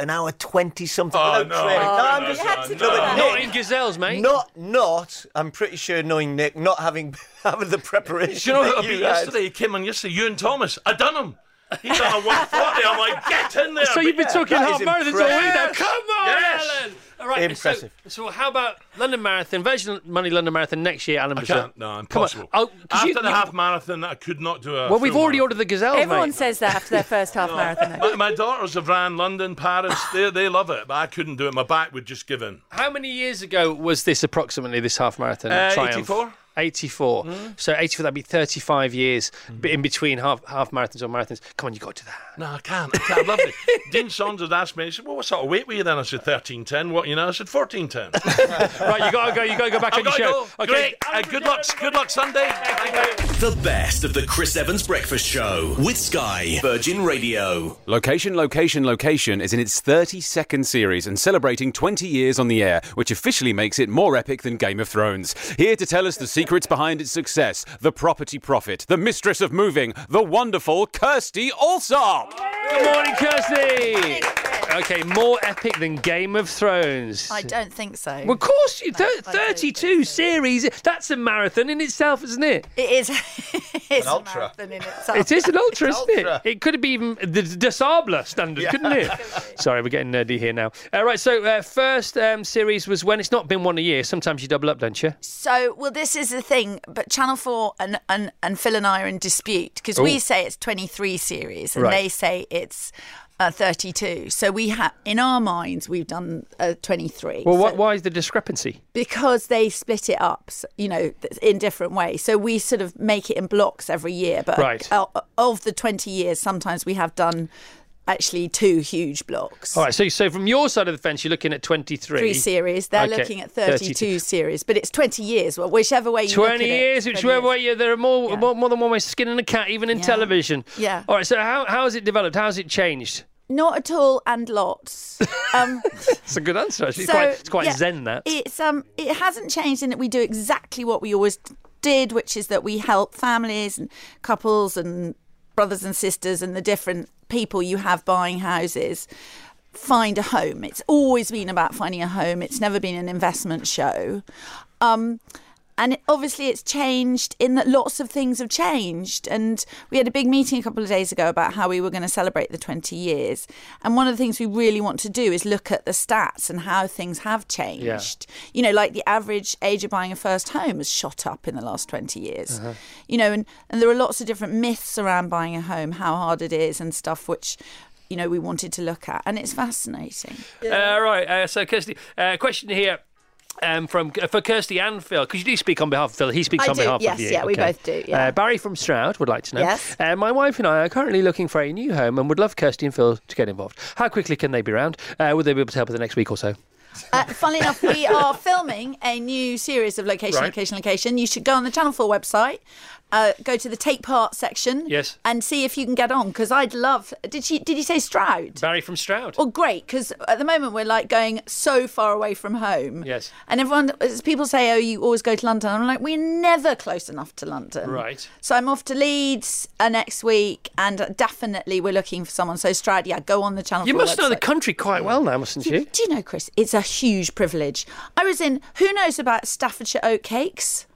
an hour twenty something.
Oh,
without
no.
training.
Oh,
I'm
no,
just-
you had to do
but
that.
Nick-
Not in
Gazelles, mate.
Not, not. I'm pretty sure knowing Nick, not having having the preparation.
Do you know who
that
I beat
had.
yesterday? He came on yesterday, you and Thomas. I done him. He done a 140. I'm like, get in there.
So you've been
But-
talking
That
half
is
marathons all week now.
impressive.
Come on,
Yes.
Alan. All right. so-
Impressive.
So, how about London Marathon, Virgin Money London Marathon next year, Alan?
I
Brazil?
can't. No,
Come on.
impossible.
Oh, 'cause
After
you-
the
you-
half marathon, I could not do a.
Well, we've
full
already ordered the gazelles,
Everyone
mate.
says that after their first half
Oh.
marathon.
My, my daughters have ran London, Paris. They, they love it, but I couldn't do it. My back would just give in.
How many years ago was this approximately? This half marathon
Uh,
triumph?
84.
84. So 84, that'd be 35 years b in between half half marathons or marathons. Come on, you got to do that.
No, I can't. I can't. Lovely. Dean Saunders had asked me, he said, Well, what sort of weight were you then? I said, 1310. What, you know? I said, 1410.
right, you got to go. you got to go back
I've
on your
gotta
show.
Go.
Okay.
Great. Uh, good luck. Good luck, Sunday.
The best of the Chris Evans Breakfast Show with Sky Virgin Radio.
Location, Location, Location is in its 32nd series and celebrating 20 years on the air, which officially makes it more epic than Game of Thrones. Here to tell us the secrets behind its success, the property prophet, the mistress of moving, the wonderful Kirsty Allsop.
Good morning, Kirsty. Okay, more epic than Game of Thrones.
I don't think so.
Well, of course, you, thir- 32 series. That's a marathon in itself, isn't it?
It is. it's
ultra.
A marathon in itself.
It is an ultra, isn't it? It could be even the Desabler standard, couldn't it? Sorry, we're getting nerdy here now. Uh, right, so uh, first um, series was when it's not been one a year. Sometimes you double up, don't you?
So, well, this is the thing, but Channel 4 and, and, and Phil and I are in dispute because
Ooh.
we say it's 23 series and
Right.
they say it's uh, 32. So, we have, in our minds, we've done uh, 23.
Well,
So-
what, why is the discrepancy?
because they split it up, s- you know, th- in different ways. So we sort of make it in blocks every year. But
Right.
o- of the 20 years, sometimes we have done actually two huge blocks.
All right, so so from your side of the fence, you're looking at 23.
Three series. They're
Okay,
looking at 32, series, but it's 20 years, well, whichever way you look
20
at it,
years,
20
whichever
years.
way you, there are more, more more than one way of skinning a cat, even in television.
Yeah.
All right, so how, how has it developed? How has it changed?
Not at all, and lots. Um,
It's a good answer, actually.
So,
it's quite, it's quite
yeah,
zen, that.
It's um, it hasn't changed in that we do exactly what we always did, which is that we help families and couples and brothers and sisters and the different people you have buying houses find a home. It's always been about finding a home. It's never been an investment show. Um, and it- obviously, it's changed in that lots of things have changed. And we had a big meeting a couple of days ago about how we were going to celebrate the 20 years. And one of the things we really want to do is look at the stats and how things have changed. You know, like the average age of buying a first home has shot up in the last 20 years.
Uh-huh.
You know, and, and there are lots of different myths around buying a home, how hard it is, and stuff which, you know, we wanted to look at. And it's fascinating.
Uh, right. Uh, so, Kirsty, uh, question here um, from for Kirsty and Phil, because you do speak on behalf of Phil. He speaks
I
on
do,
behalf
yes,
of you.
yeah, we both do, yeah.
Uh, Barry from Stroud would like to know.
Yes.
Uh, my wife and I are currently looking for a new home and would love Kirsty and Phil to get involved. How quickly can they be round? Uh, would they be able to help in the next week or so?
Uh, funnily enough, we are filming a new series of location,
Right.
location, location. You should go on the Channel 4 website, uh, go to the take part section,
Yes.
and see if you can get on. Because I'd love. Did she? Did you say Stroud?
Barry from Stroud.
Well, great. Because at the moment we're like going so far away from home.
Yes.
And everyone, as people say, oh, you always go to London. I'm like, we're never close enough to London.
Right.
So I'm off to Leeds uh, next week, and definitely we're looking for someone. So Stroud, yeah, go on the Channel
You
4
must know the
website.
country quite well now, mustn't you?
Do you know, Chris, it's a huge privilege. I was in, who knows about Staffordshire oatcakes?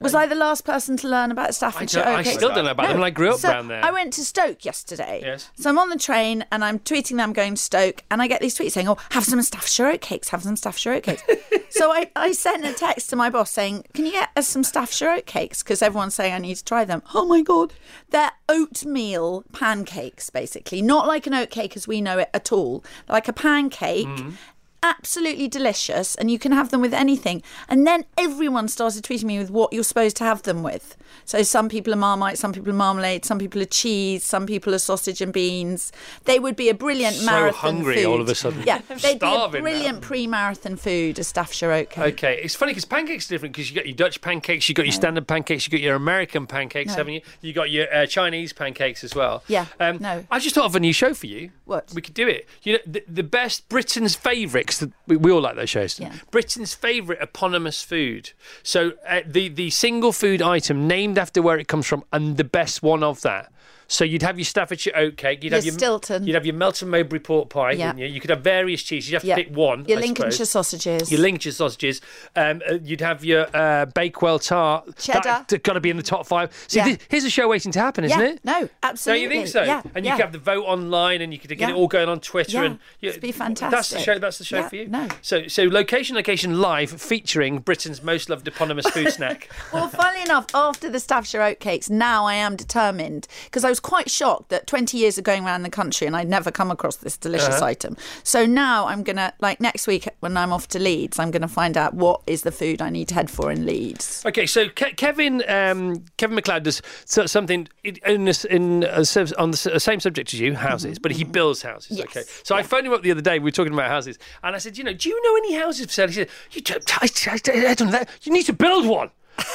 Was I the last person to learn about Staffordshire
don't- I
oatcakes?
still don't know about them, and I grew up
so
round there.
I went to Stoke yesterday.
Yes.
So I'm on the train and I'm tweeting that I'm going to Stoke, and I get these tweets saying, oh, have some Staffordshire oatcakes, have some Staffordshire oatcakes. so I, I sent a text to my boss saying, can you get us some Staffordshire oatcakes? Because everyone's saying I need to try them. Oh my God. They're oatmeal pancakes, basically. Not like an oatcake as we know it at all. Like a pancake
Mm.
absolutely delicious and you can have them with anything and then everyone started tweeting me with what you're supposed to have them with so some people are marmite some people are marmalade some people are cheese some people are sausage and beans they would be a brilliant
So
marathon
hungry
food.
all of a sudden.
yeah
I'm
they'd be a
starving now.
brilliant pre-marathon food a staffordshire oatcake
Okay, it's funny because pancakes are different because you got your Dutch pancakes, you got your standard pancakes, you got your American pancakes,
No.
haven't you? You got your uh, Chinese pancakes as well.
Yeah,
Um, no. I just thought of a new show for you.
What?
We could do it. You know, the, the best Britain's favourites. th- We, we all like those shows. Yeah. Britain's favourite eponymous food. So uh, the the single food item named after where it comes from and the best one of that. So you'd have your Staffordshire oatcake, you'd
Your
have your
Stilton.
you'd have your Melton Mowbray pork pie,
Yeah.
wouldn't you? You could have various cheeses. You'd have
Yeah.
to pick one.
your
I
lincolnshire
suppose.
sausages
Your Lincolnshire sausages. Um, uh, you'd have your uh, Bakewell tart.
Cheddar.
That's got to be in the top five. See,
Yeah.
thi- here's a show waiting to happen, isn't
yeah,
it?
no absolutely
Don't you think so?
yeah,
and you
yeah.
could have the vote online, and you could get
Yeah.
it all going on Twitter.
Yeah,
And yeah,
it'd be
That's the
fantastic.
show. That's the show
Yeah,
for you. No. So, so location, location, live, featuring Britain's most loved eponymous food snack.
Well, funnily enough, after the Staffordshire oatcakes, now I am determined because I was was quite shocked that 20 years of going around the country and I'd never come across this delicious
Uh-huh.
item. So now I'm going to, like next week when I'm off to Leeds, I'm going to find out what is the food I need to head for in Leeds.
Okay, so Ke- Kevin um, Kevin McLeod does so- something in, in, a- in a sub- on the s- uh, same subject as you, houses, but he
Mm-hmm.
builds houses. Okay, so I phoned him up the other day. We were talking about houses, and I said, you know, do you know any houses for sale? He said, you don't. I, I, I don't know. You need to build one.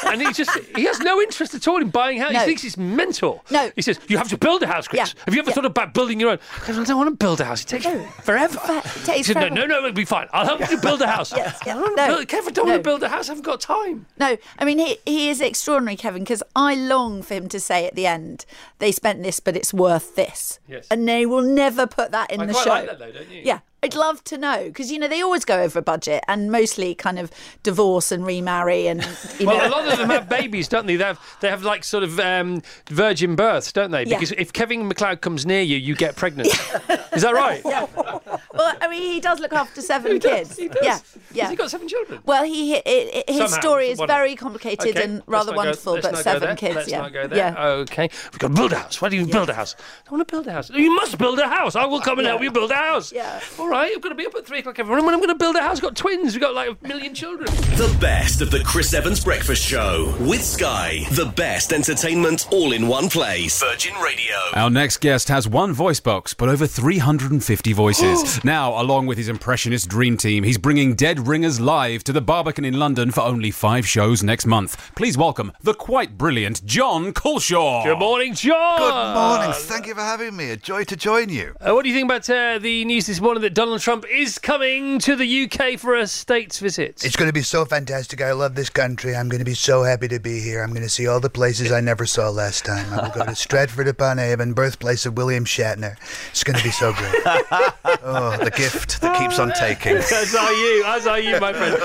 and he just he has no interest at all in buying houses.
No.
He thinks it's mental.
No.
He says, You have to build a house, Chris.
Yeah.
Have you ever
Yeah.
thought about building your own? I said, I don't want to build a house. It takes forever.
it
He
takes
said, no,
forever.
no, no, it'll be fine. I'll help you build a house.
Yes, yeah.
I don't
No.
want to build, Kevin, I don't want
No.
to build a house. I haven't got time.
No, I mean, he, he is extraordinary, Kevin, because I long for him to say at the end, they spent this, but it's worth this.
Yes.
And they will never put that in
I
the
quite
show.
like that though, don't you?
Yeah. I'd love to know because you know they always go over budget and mostly kind of divorce and remarry and you
well, a
know
lot of them have babies, don't they? They have they have like sort of um, virgin births, don't they?
Yeah.
Because if Kevin McLeod comes near you, you get pregnant. Is that right?
well, I mean, he does look after seven kids.
he does.
Yeah, yeah.
Has he got seven children?
Well, he, it, it, his
Somehow,
story is
one-
very complicated
Okay,
and
let's
rather
not go-
wonderful,
let's
but
not go
seven
there.
kids.
Let's
yeah,
not go there.
yeah.
Okay, we've got to build a house. Why do you build a house? I want to build a house. You must build a house. I will come and
Yeah.
help you build a house. Yeah. All right, I'm going to be up at three o'clock every morning. I'm going to build a house. I've got twins. We've got like a million children.
The best of the Chris Evans Breakfast Show with Sky. The best entertainment all in one place. Virgin Radio.
Our next guest has one voice box, but over 350 voices. now, along with his impressionist dream team, he's bringing Dead Ringers live to the Barbican in London for only five shows next month. Please welcome the quite brilliant John Culshaw.
Good morning, John.
Oh.
Good morning. Thank you for having me. A joy to join you.
Uh, what do you think about uh, the news this morning that Donald Trump is coming to the UK for a states visit?
It's going to be so fantastic. I love this country. I'm going to be so happy to be here. I'm going to see all the places I never saw last time. I will go to Stratford upon Avon, birthplace of William Shatner. It's going to be so great. oh, the gift that keeps on taking.
as are you, as are you, my friend.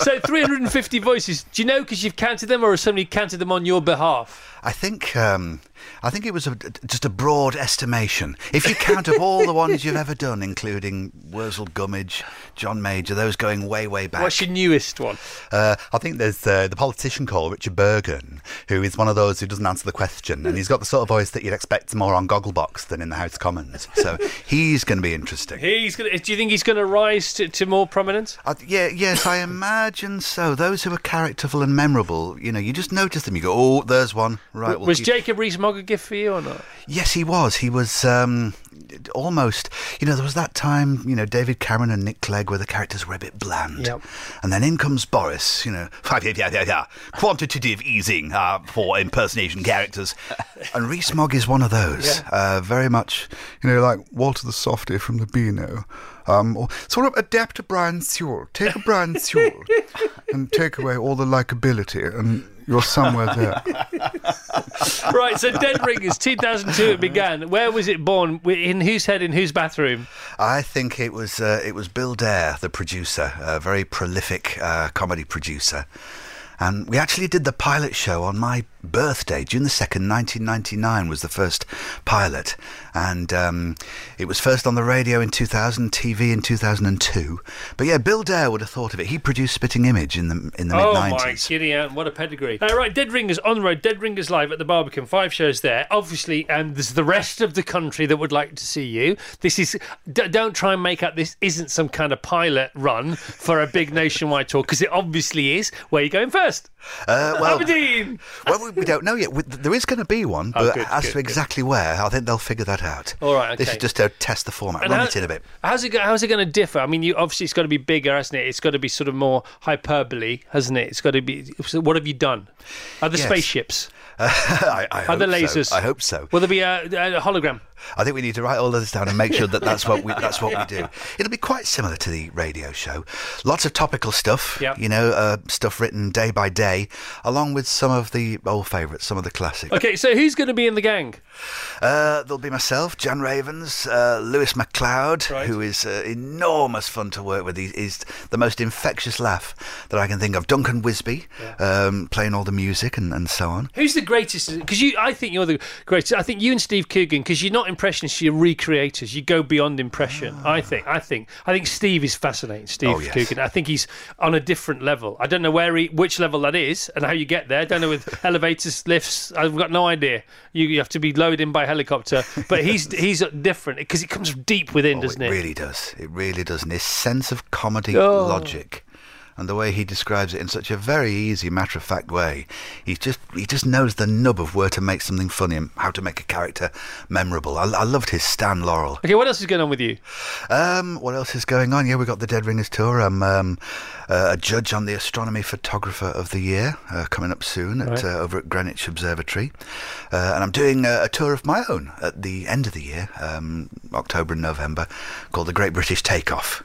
So 350 voices. Do you know because you've counted them, or has somebody counted them on your behalf?
I think um, I think it was a, just a broad estimation. If you count up all the ones you've ever done, including Wurzel Gummidge, John Major, those going way way back.
What's your newest one?
Uh, I think there's uh, the politician called Richard Bergen, who is one of those who doesn't answer the question, and he's got the sort of voice that you'd expect more on Gogglebox than in the House of Commons. So he's going to be interesting.
He's gonna, do you think he's going to rise to, to more prominence?
I,
Yeah, yes, I imagine so. Those who are characterful and memorable, you know, you just notice them. You go, oh, there's one. Right. we'll
was
keep-
Jacob Rees-Mogg a gift for you or not?
Yes, he was. He was um, almost. You know, there was that time. You know, David Cameron and Nick Clegg, where the characters were a bit bland, and then in comes Boris. You know, yeah, yeah, yeah, yeah. quantitative easing uh, for impersonation characters, and Reese Mogg is one of those. Uh, very much.
You know, like Walter the Softy from the Beano. Um, or sort of adapt to Brian Sewell. Take a Brian Sewell and take away all the likability, and you're somewhere there.
right, so Dead Ringers, 2002 it began. Where was it born? Wh- In whose head, in whose bathroom?
I think it was uh, it was Bill Dare, the producer, a very prolific uh, comedy producer, and we actually did the pilot show on my birthday, June the second, nineteen ninety nine, was the first pilot, and um, it was first on the radio in two thousand, TV in two thousand and two. But yeah, Bill Dare would have thought of it. He produced Spitting Image in the in the
oh
mid nineties.
my giddy aunt, what a pedigree. Uh, right, Dead Ringers on the road, Dead Ringers live at the Barbican, five shows there. Obviously, and there's the rest of the country that would like to see you. This is, d- don't try and make out this isn't some kind of pilot run for a big nationwide tour, because it obviously is. Where are you going first?
Uh, well,
Aberdeen!
Well, we, we don't know yet. We, there is going to be one,
Oh,
but
good,
as
good,
to
good.
exactly where, I think they'll figure that out.
All right,
This
okay.
is just to test the format,
And
run
how-
it in a bit.
How's it, go- how's it going to differ? I mean, you obviously it's got to be bigger, hasn't it? It's got to be sort of more hyperbole, hasn't it? It's got to be. So what have you done? Are the
Yes.
spaceships?
I, I
Are the
hope so.
lasers?
I hope so.
Will there be a, a hologram?
I think we need to write all of this down and make sure that that's what we that's what we do. It'll be quite similar to the radio show. Lots of topical stuff, you know, uh, stuff written day by day, along with some of the old favourites, some of the classics.
Okay, so who's going to be in the gang?
Uh, there'll be myself, Jan Ravens, uh, Lewis McLeod, who is uh, enormous fun to work with. He is the most infectious laugh that I can think of. Duncan Wisby, um, playing all the music and, and so on.
Who's the greatest? Because you, I think you're the greatest. I think you and Steve Coogan, because you're not not impressionists, you're recreators. You go beyond impression. I think. I think. I think Steve is fascinating. Steve
Ah. Oh, yes.
Coogan. I think he's on a different level. I don't know where he, which level that is, and how you get there. I don't know with elevators, lifts. I've got no idea. You, you have to be lowered in by helicopter, but he's he's different because it comes deep within, doesn't it?
Oh, It really does. It really does. And his sense of comedy
Oh.
logic and the way he describes it in such a very easy, matter of fact way. He just he just knows the nub of where to make something funny and how to make a character memorable. I, I loved his Stan Laurel.
Okay, what else is going on with you?
Um, what else is going on? Yeah, we've got the Dead Ringers tour. I'm um, uh, a judge on the Astronomy Photographer of the Year uh, coming up soon at,
Right.
uh, over at Greenwich Observatory. Uh, and I'm doing a, a tour of my own at the end of the year, um, October and November, called the Great British Takeoff.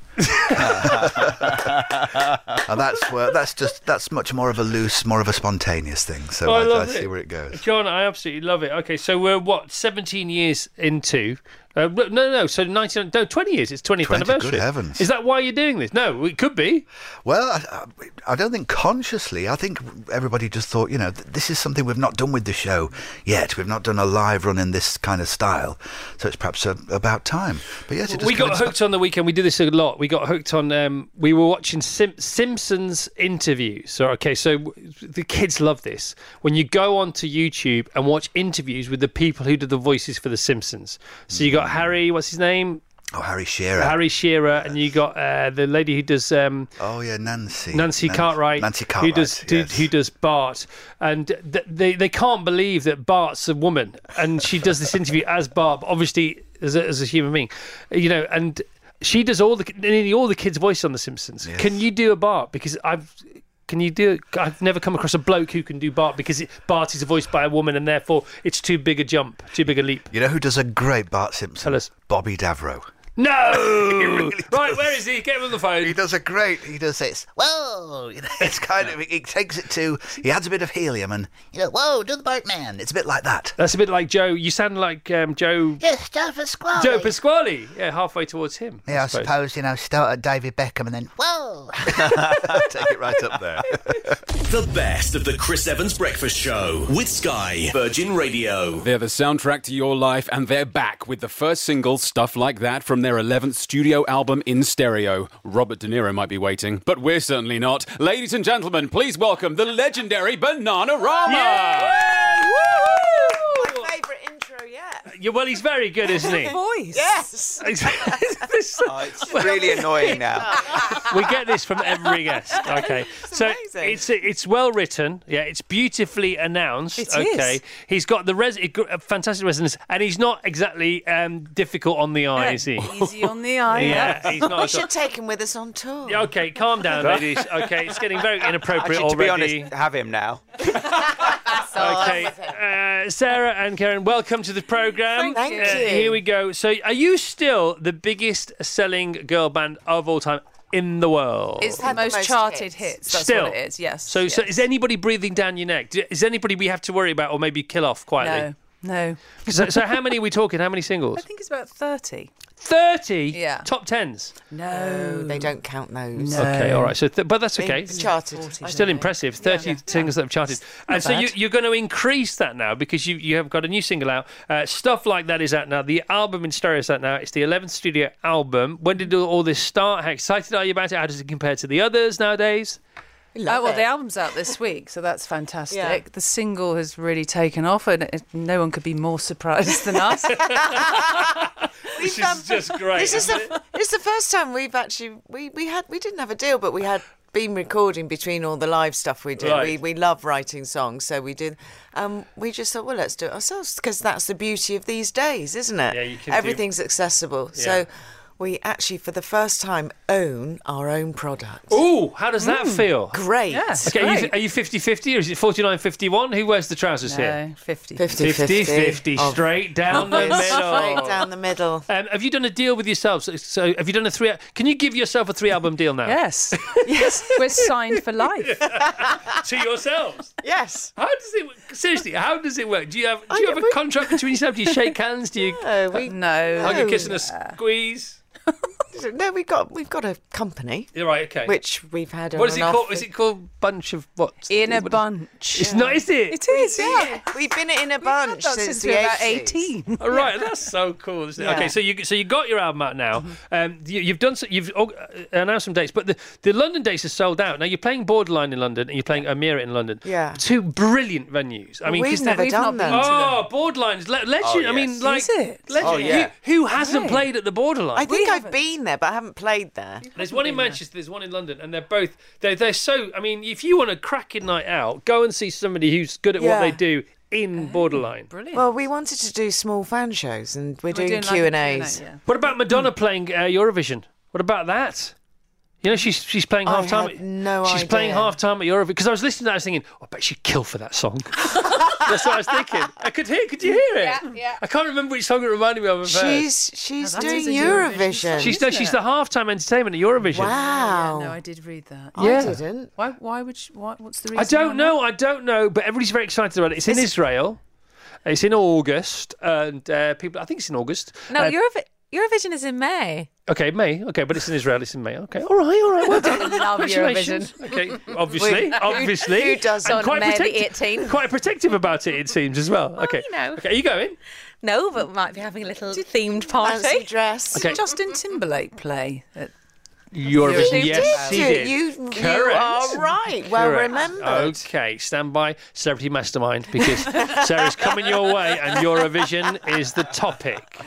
and that's where, that's just that's much more of a loose, more of a spontaneous thing. So
Oh, I
I, I,
love
see
it.
where it goes.
John, I absolutely love it. Okay, so we're what, 17 years into. Uh, no, no, no, so 19, no, 20 years. It's 20th
20, good
anniversary.
heavens.
Is that why you're doing this? No, it could be.
Well, I, I I don't think consciously. I think everybody just thought, you know, th- this is something we've not done with the show yet. We've not done a live run in this kind of style, so it's perhaps uh about time. But yes, it does
we got
coincide.
hooked on the weekend. We do this a lot. We got hooked on. Um, we were watching Sim- Simpsons interviews. So okay, so w- the kids love this. When you go onto YouTube and watch interviews with the people who did the voices for the Simpsons. So you got
Mm.
Harry. What's his name?
Oh, Harry Shearer.
Harry Shearer, and you got uh, the lady who does. Um,
oh yeah, Nancy.
Nancy
Nan-
Cartwright.
Nancy
Who does
Cartwright,
who does Bart? And th- they they can't believe that Bart's a woman, and she does this interview as Bart, but obviously as a, as a human being, you know, and. She does all the nearly all the kids' voice on The Simpsons. Can you do a Bart? Because I've can you do? I've never come across a bloke who can do Bart because it, Bart is voiced by a woman, and therefore it's too big a jump, too big a leap.
You know who does a great Bart Simpson? Tell us. Bobby Davro.
No, right? Where is he? Get him on the phone. He
does a great. He does this. Whoa! You know, it's kind of. He takes it to. He adds a bit of helium and you know. Whoa! Do the boatman. It's a bit like that.
That's a bit like Joe. You sound like um, Joe.
Yes, Joe
Oh,
Pasquale.
Joe Pasquale. Yeah, halfway towards him.
Yeah, I suppose you know. Start at David Beckham and then whoa. Take it right up there.
The best of the Chris Evans Breakfast Show with Sky Virgin Radio.
They're the soundtrack to your life, and they're back with the first single, Stuff Like That, from their 11th studio album in stereo. Robert De Niro might be waiting, but we're certainly not. Ladies and gentlemen, please welcome the legendary Banana Rama!
My favourite intro yet.
Yeah, well, he's very good, isn't he?
voice. Yes.
it's really
annoying now.
we get this from every guest. Okay, so it's it's well written. Yeah, it's beautifully announced.
It is.
okay, he's got the res- a fantastic resonance, and he's not exactly um, difficult on the eye, is he?
Easy on the eye.
Yeah, he's not
we
at all-
should take him with us on tour.
Okay, calm down, ladies. Okay, it's getting very inappropriate
Actually, to be
already.
honest, have him now.
Okay, uh, Sarah and Karen, welcome to the program.
Thank you.
Uh, here we go. So, are you still the biggest selling girl band of all time in the world?
It's the most, charted hits. That's
still,
what it is. Yes.
So, so is anybody breathing down your neck? Do- Is anybody we have to worry about, or maybe kill off quietly?
No. No.
so, so how many are we talking? How many
I
singles?
think it's about thirty.
Thirty.
Yeah.
Top tens.
No, they don't count those.
Okay, all right. So, th- but that's
They-
okay.
it's charted.
Still impressive. Thirty singles that have charted, and
not
so you,
bad.
you're going to increase that now because you you have got a new single out. Uh, stuff like that is out now. The album in stereo is out now. It's the 11th studio album. When did all this start? How excited are you about it? How does it compare to the others nowadays?
Oh, well, the album's out this week, so that's fantastic.
Yeah.
The single has really taken off, and it, no one could be more surprised than us.
This is just great.
um, this is
isn't it?
the it's the first time we've actually we, we had we didn't have a deal, but we had been recording between all the live stuff we do.
Right.
We we love writing songs, so we did. Um, we just thought, well, let's do it ourselves because that's the beauty of these days, isn't it?
Yeah, you can do-
Everything's accessible.
Yeah.
So we actually, for the first time, own our own product.
Ooh, how does that
Mm,
feel?
great. Yeah, it's
okay,
great.
Are, you, are you 50-50 or is it 49-51? Who wears the trousers here?
No, 50. 50-50.
50-50,
Of-
straight down the middle.
Obvious. Straight down the middle.
Um, have you done a deal with yourselves? So, so have you done a three? Can you give yourself a three-album deal now?
Yes.
Yes, we're signed for life.
to yourselves.
Yes.
How does it? work? Seriously, how does it work? Do you have? Do you have a
Oh,
contract between yourselves? Do you shake hands? Do you?
No, we
Hug a kiss and a squeeze.
No, we've got we've got a company.
You're right. Okay.
Which we've had.
What
on
is it
and off
called?
for-
Is it called Bunch of what?
In a
What is-
Bunch.
It's not. Is it?
It is. Yeah. We've been in a bunch
that
since,
since
the
we were about
80s.
All right, that's so cool. Isn't it?
Yeah. Mm-hmm.
Okay, so you so you got your album out now. Um, you, you've done so, you've uh, announced some dates, but the, the London dates are sold out. Now you're playing Borderline in London and you're playing Amira in London.
Yeah.
two brilliant venues. I mean,
We've
'cause they're-
never We've done not been them. to them.
Oh, Borderline's le- legend.
Oh,
I mean,
yes.
like
Is it?
legend.
Oh, yeah.
Who, who hasn't
Right.
played at the Borderline?
I think I've been there, but I haven't played there.
There's one in Manchester, there's one in London, and they're both they're they're so. I mean, if you want a cracking night out, go and see somebody who's good at what
Yeah.
they do in Borderline.
Brilliant. Well, we wanted to do small fan shows, and we're, doing,
doing
Q
like
and
a
A's.
Q&A, What about Madonna playing uh, Eurovision? What about that? You know, she's she's playing
I
half time.
had no
she's playing
idea.
half time at Eurovision because I was listening to that, I was thinking, oh, I bet she'd kill for that song. That's what I was thinking. I could hear. Could you hear it?
Yeah, yeah.
I can't remember which song it reminded me of. at first.
She's she's
Now, that
doing
is a Eurovision
Eurovision.
she's no, she's the halftime entertainment at Eurovision.
Wow.
No, I did read that.
I Yeah. didn't.
Why? Why would? You, why, what's the reason?
I don't
why
know. I don't know. But everybody's very excited about it. It's in Israel. It's in August, and uh, people. I think it's in August.
No,
Uh,
Eurovi- Eurovision is in May.
Okay, May. Okay, but it's in Israel. It's in May. Okay. All right. All right. Well done.
Love
Congratulations.
Eurovision.
Okay. Obviously.
Who-
obviously.
who doesn't?
And
On May the
protective-
18th.
Quite protective about it, it seems as well. okay.
you know.
Okay. Are you going?
No, but we might be having a little themed party.
dress.
Okay.
Justin Timberlake play at
Eurovision.
She
yes,
did.
he did.
You- you
Correct.
are right. Well
Correct.
remembered.
Oh.
Okay, stand by, Celebrity Mastermind, because Sarah's coming your way, and Eurovision is the topic.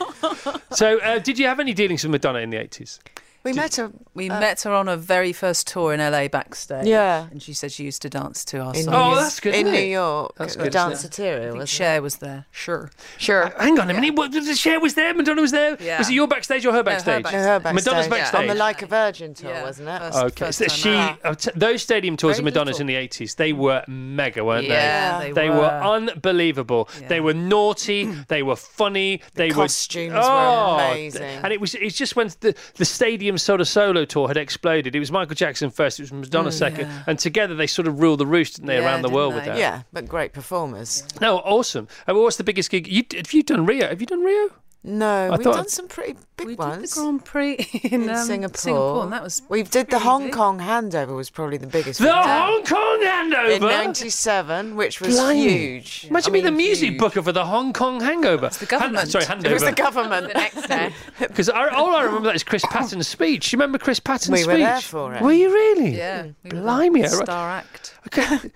So, uh, did you have any dealings with Madonna in the eighties?
We met her. uh,
We met her on her very first tour in LA backstage.
Yeah.
and she said she used to dance to our
In
Oh,
songs.
New York- In New York,
That's
the
good, isn't it?
Dance Eteria,
I think
wasn't
Cher was there. Sure.
Sure. Uh,
Hang on a minute. What, the Cher was there. Madonna was there.
Yeah.
Was it your backstage or
No,
her
her
backstage?
No, her backstage.
Madonna's
On
backstage.
the Like a Virgin tour, wasn't it?
Okay, so she uh, t- those stadium tours of Madonna's in the eighties. They were mega, weren't
Yeah,
they?
they
were.
were.
unbelievable. They were naughty. they were funny. they
costumes
were
were
oh,
amazing.
And it was it's just when the the stadium sort of solo tour had exploded. It was Michael Jackson first. It was Madonna second, and together they sort of ruled the roost, didn't they, around the world with that?
Yeah, but great performers.
No, awesome. And what's the biggest gig? You, have you done Rio? Have you done Rio?
No,
I
we've
thought-
done some pretty big ones.
The Grand Prix in,
in
um,
Singapore.
and that was
we did the Hong Kong handover was probably the biggest.
The
we've done.
Hong Kong handover
in '97, which was
Blimey.
huge.
Imagine being the music booker for the Hong Kong Hangover. It's the
government.
sorry,
It
handover.
was the government. The
next day.
Because all I remember that is Chris Patton's speech. You remember Chris Patton's
We
speech?
were there for it.
Were you really?
Yeah, we were there.
Blimey. all right.
Star act.
Okay.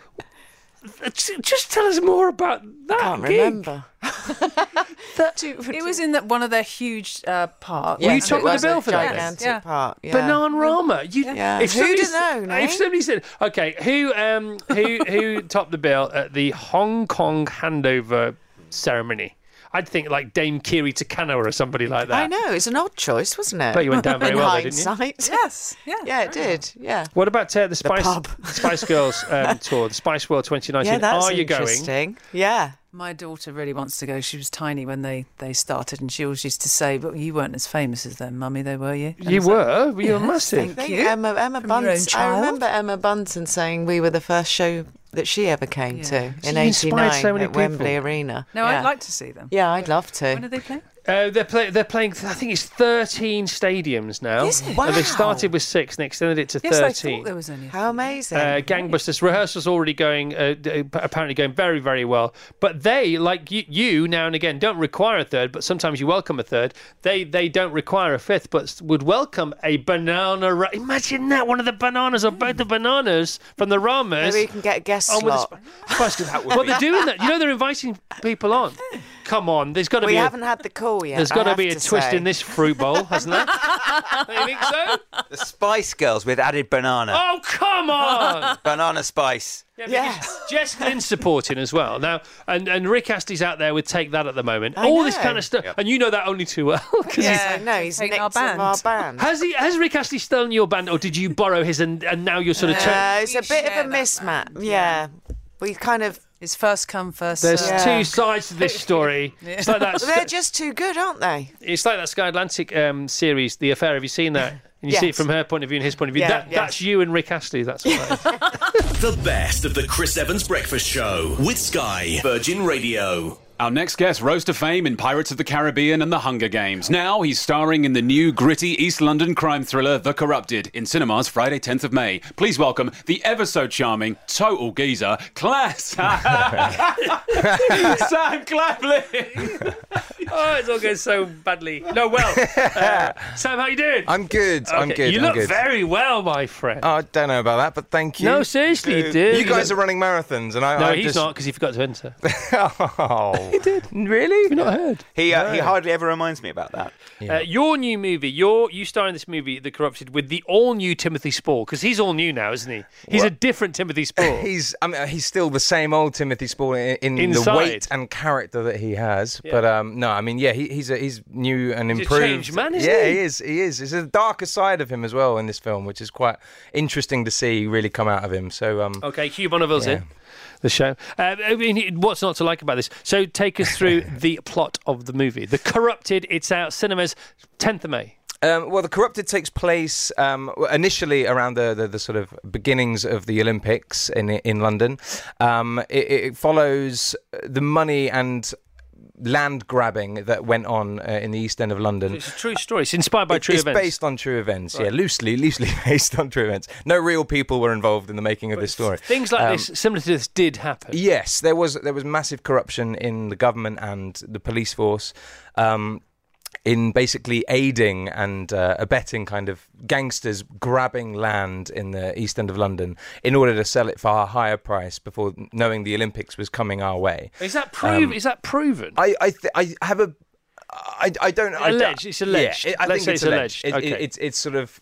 uh, J- Just tell us more about that.
Can't
gig.
remember.
it was in that one of their huge uh, parks.
Were you top of the bill for that?
Yes, yeah.
Bananarama. You,
Yeah.
if
Who'd
somebody
have
s-
known,
If
eh?
somebody said, okay, who um, who who topped the bill at the Hong Kong handover ceremony? I'd think like Dame Kiri Takano or somebody like that.
I know it's an odd choice, wasn't it?
But you went down very
in
well, though, didn't you?
hindsight.
Yes. Yeah.
Yeah, it did. Yeah.
What about uh, the Spice
pub.
Spice Girls um, tour, the Spice World 2019?
Yeah, that's
Are you
interesting.
going?
Yeah.
My daughter really wants to go. She was tiny when they, they started, and she always used to say, "But you weren't as famous as them, mummy. They were you. And
You
it's like,
were. You were
"Yes,
massive.
Thank
think
you.
Emma Emma
From your own
Bunton. I
child.
remember Emma Bunton saying we were the first show that she ever came to
So
in
you inspired
'89
so many
at Wembley
people.
Arena.
No,
yeah.
I'd like to see them.
Yeah, I'd love to.
When are they playing?
Uh, they're, play- they're playing, I think it's 13 stadiums now.
Is it?
And they
Wow.
started with six and extended it to
Yes, I
13.
thought there was only. a
How amazing!
Uh, gangbusters rehearsals already going uh, d- apparently going very very well but they like you, you now and again don't require a third but sometimes you welcome a third they they don't require a fifth but s- would welcome a banana ra- imagine that one of the bananas or both the bananas from the ramas
Maybe you can get a guest
on with the
slot.
Sp- Spice Girls. well they're doing that you know they're inviting people on come on there's got to
we
be a-
haven't had the call yet.
there's got
I
to
have
be a twist
say.
in this fruit bowl hasn't there you think so
The Spice Girls with added banana.
oh come on
Banana spice.
Yeah, because Jess Glynn's supporting as well now, and, and Rick Astley's out there with Take That at the moment.
I
All this
know.
kind of stuff, and you know that only too well. 'cause he's-
Yeah, no, he's nicked our band. Our band.
Has he? Has Rick Astley stolen your band, or did you borrow his and, and now you're sort of? turn-
Uh, it's a bit of a mismatch. Yeah. we kind of.
It's first come first.
There's
served.
two sides to this story. It's like that.
uh, They're just too good, aren't they?
It's like that Sky Atlantic um, series, The Affair. Have you seen that? And you see it
Yes.
from her point of view and his point of view.
Yeah,
that,
yes.
That's you and Rick Astley. That's what that is.
The best of the Chris Evans Breakfast Show with Sky Virgin Radio.
Our next guest rose to fame in Pirates of the Caribbean and The Hunger Games. Now he's starring in the new gritty East London crime thriller The Corrupted in cinemas Friday, 10th of May. Please welcome the ever so charming, total geezer, Class. Sam Claflin.
oh, it's all going so badly. No, well. Uh, Sam, how you doing?
I'm good. I'm
Okay,
good.
You
I'm
look
good.
very well, my friend.
Oh, I don't know about that, but thank you.
No, seriously, you do.
You guys are running marathons, and I.
No,
I
he's
just...
not because he forgot to enter.
oh.
he did. Really? You've not heard.
He uh, he
No.
hardly ever reminds me about that.
Uh, your new movie, your you star in this movie, The Corrupted, with the all new Timothy Spall, because he's all new now, isn't he? He's a different Timothy Spall.
He's I mean, he's still the same old Timothy Spall in, in the
Inside.
weight and character that he has.
Yeah.
But um, no, I mean, yeah, he, he's a, he's new and
He's a
improved.
changed man, isn't
yeah,
he?
is. He is. It's a darker side of him as well in this film, which is quite interesting to see really come out of him. So um,
okay, Hugh Bonneville's
Yeah.
in Oh, the show. Uh, I mean, what's not to like about this? So take us through the plot of the movie, The Corrupted. It's out cinemas, 10th of May.
Um, well, the corrupted takes place um, initially around the, the, the sort of beginnings of the Olympics in in London. Um, it, it follows the money and land grabbing that went on uh, in the East End of London.
It's a true story. It's inspired by
It-
true
it's
events.
based on true events, yeah,
Right.
loosely, loosely based on true events. No real people were involved in the making of this story.
Things like
Um,
this, similar to this, did happen.
Yes, there was there was massive corruption in the government and the police force. Um, in basically aiding and uh, abetting kind of gangsters grabbing land in the east end of London in order to sell it for a higher price before knowing the Olympics was coming our way.
Is that prove?
Um,
is that proven?
I I, th- I have a I, I don't I don't-
Alleged, it's alleged.
Yeah, it- I
Let's
think
say
it's
it's alleged.
alleged. It- it-
Okay.
it's it's sort of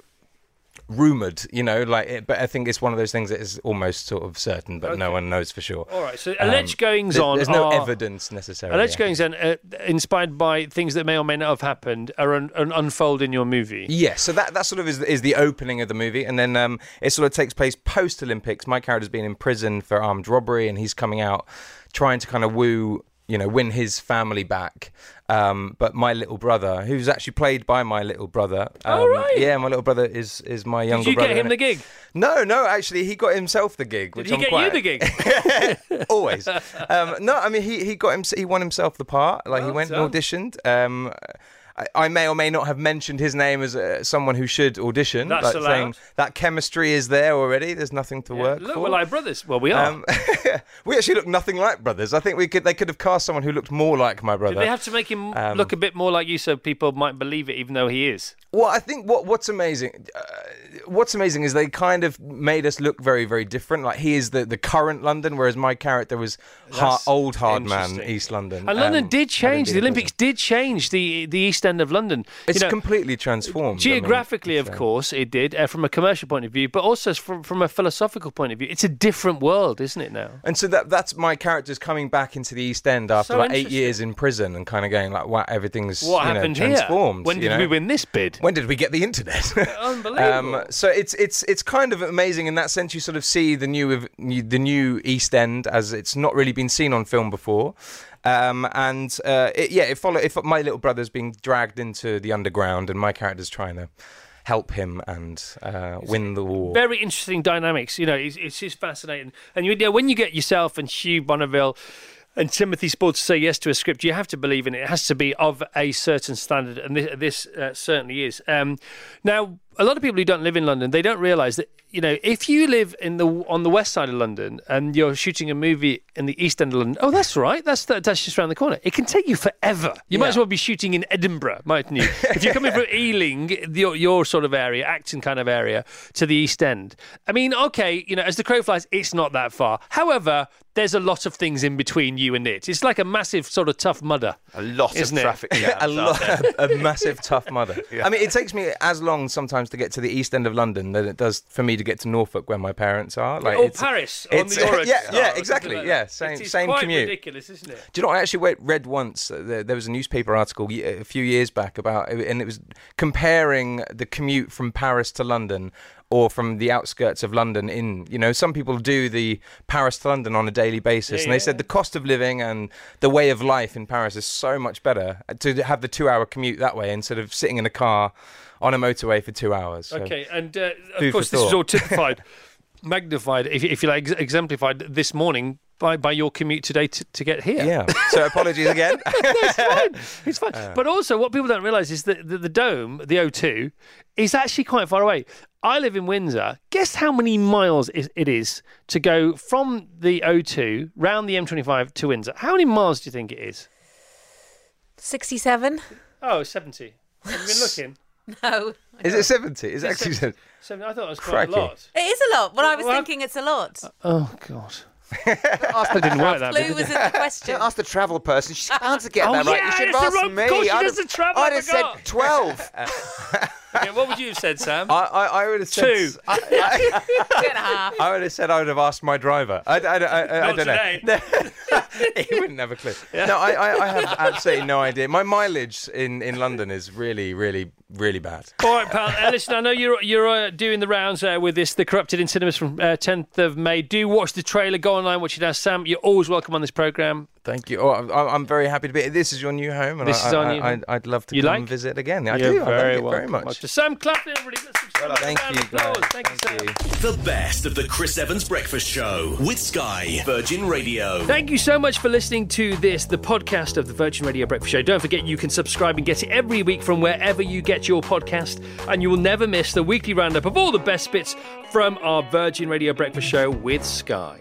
rumored, you know, like it, but I think it's one of those things that is almost sort of certain but no
Okay.
one knows for sure.
All right, so
Um,
alleged goings
there-
on.
There's no
are-
evidence necessarily.
Alleged
yeah.
goings on, uh, inspired by things that may or may not have happened, are un- un- unfold in your movie.
Yeah, so that, that sort of is, is the opening of the movie, and then um, it sort of takes place post Olympics. My character's been in prison for armed robbery, and he's coming out trying to kind of woo, you know, win his family back. Um, but my little brother, who's actually played by my little brother, um,
Oh, right.
yeah, my little brother is is my younger
you get
brother.
him
in
the
it.
gig?
No, no, actually, he got himself the gig.
Did
which
he
I'm
get
quite-
you the gig?
always. Um, no, I mean he he got him he won himself the part. Like he
Well
went
done.
and auditioned. Um, I, I may or may not have mentioned his name as uh, someone who should audition.
That's
like
allowed.
saying that chemistry is there already. There's nothing to work
Look,
for.
we're like brothers. Well, we are.
Um, we actually look nothing like brothers. I think we could they could have cast someone who looked more like my brother.
Did they have to make him
Um,
look a bit more like you so people might believe it, even though he is?
Well, I think what what's amazing, uh, what's amazing is they kind of made us look very, very different. Like he is the, the current London, whereas my character was har
That's
old hard man
interesting.
East London.
And London
um,
did change.
been
The
in
Olympics did change the the East End of London. You
It's
know,
completely transformed. I mean,
Geographically, of
so-
course, it did, uh, from a commercial point of view, but also from, from a philosophical point of view. It's a different world, isn't it now?
And so that that's my character's coming back into the East End after
So
like eight
interesting.
years in prison and kind of going like, wow, everything's
What
you know,
happened here?
transformed.
When
you
did
know?
we win this bid?
When did we get the internet?
Unbelievable.
Um, so it's it's it's kind of amazing in that sense. You sort of see the new ev- the new East End as it's not really been seen on film before, um, and uh, it, yeah, it follow. If my little brother's being dragged into the underground, and my character's trying to help him and uh, win the war.
Very interesting dynamics. You know, it's, it's just fascinating. And you, you know, when you get yourself and Hugh Bonneville and Timothy Spall to say yes to a script, you have to believe in it. It has to be of a certain standard, and this, this uh, certainly is. Um, now, a lot of people who don't live in London, they don't realise that you know if you live in the on the west side of London and you're shooting a movie in the east end of London, oh, that's right, that's that, that's just around the corner. It can take you forever. You might as well be shooting in Edinburgh, mightn't you? if you're coming from Ealing, your your sort of area, Acton kind of area, to the East End. I mean, okay, you know, as the crow flies, it's not that far. However, there's a lot of things in between you and it. It's like a massive sort of tough mudder.
A lot of
isn't it?
traffic
a lot, a, massive tough mother. I mean, it takes me as long sometimes to get to the east end of London than it does for me to get to Norfolk, where my parents are. Like,
or
it's-
Paris on
it's-
the Oryx.
Yeah,
or
yeah,
something
exactly.
like that.
yeah, same
It is
same
quite
commute.
Ridiculous, isn't it?
Do you know? what I actually wait- read once. Uh, there, there was a newspaper article ye- a few years back about, uh, and it was comparing the commute from Paris to London, or from the outskirts of London. In you know, some people do the Paris to London on a daily basis,
Yeah,
and they
yeah.
said the cost of living and the way of life in Paris is so much better uh, to have the two-hour commute that way instead of sitting in a car on a motorway for two hours. So-
Okay, and uh,
Food
of
for
course, this was
thought.
all typified, magnified, if, if you like, ex- exemplified this morning by, by your commute today to, to get here.
Yeah. So apologies again.
it's fine. It's fine.
Uh.
but also, what people don't realise is that the, the dome, the O2, is actually quite far away. I live in Windsor. Guess how many miles is- it is to go from the O2 round the M25 to Windsor? How many miles do you think it is?
67?
Oh, 70. Have you been looking?
No.
Is it 70? Is it actually 70?
So I thought it was quite
Crikey.
a lot.
It is a lot. Well, I was
Well,
thinking it's a lot.
Oh, God. that didn't work that
Clue was in the question.
Don't ask the travel person. She can't get
Oh,
that right.
yeah,
you should
it's
have
the
asked
wrong- of
me.
course she
I'd
doesn't
have,
travel,
I'd
I
have said
forgot.
twelve.
okay, what would you have said, Sam?
I, I, I would have said
Two.
s- I, I would have said I would have asked my driver. I, I, I, I, I
Not
don't know. he wouldn't have a clue. No, I, I, I have absolutely no idea. My mileage in, in London is really, really, really bad.
All right, pal. Uh, listen, I know you're you're uh, doing the rounds uh, with this, the corrupted in cinemas from uh, 10th of May. Do watch the trailer. Go online, watch it now. Sam, you're always welcome on this program.
Thank you. Oh, I, I'm very happy to be. This is your new home, and
This
I,
is our
I,
new
I,
home.
I'd love to
You
come
like?
and visit again. I
You're
do. I
very
love it very
welcome.
much.
To Sam Claflin, everybody. Let's subscribe.
thank
Round
you,
of applause. Thank, you, Sam.
The best of the Chris Evans Breakfast Show with Sky Virgin Radio.
Thank you so much for listening to this, the podcast of the Virgin Radio Breakfast Show. Don't forget you can subscribe and get it every week from wherever you get your podcast, and you will never miss the weekly roundup of all the best bits from our Virgin Radio Breakfast Show with Sky.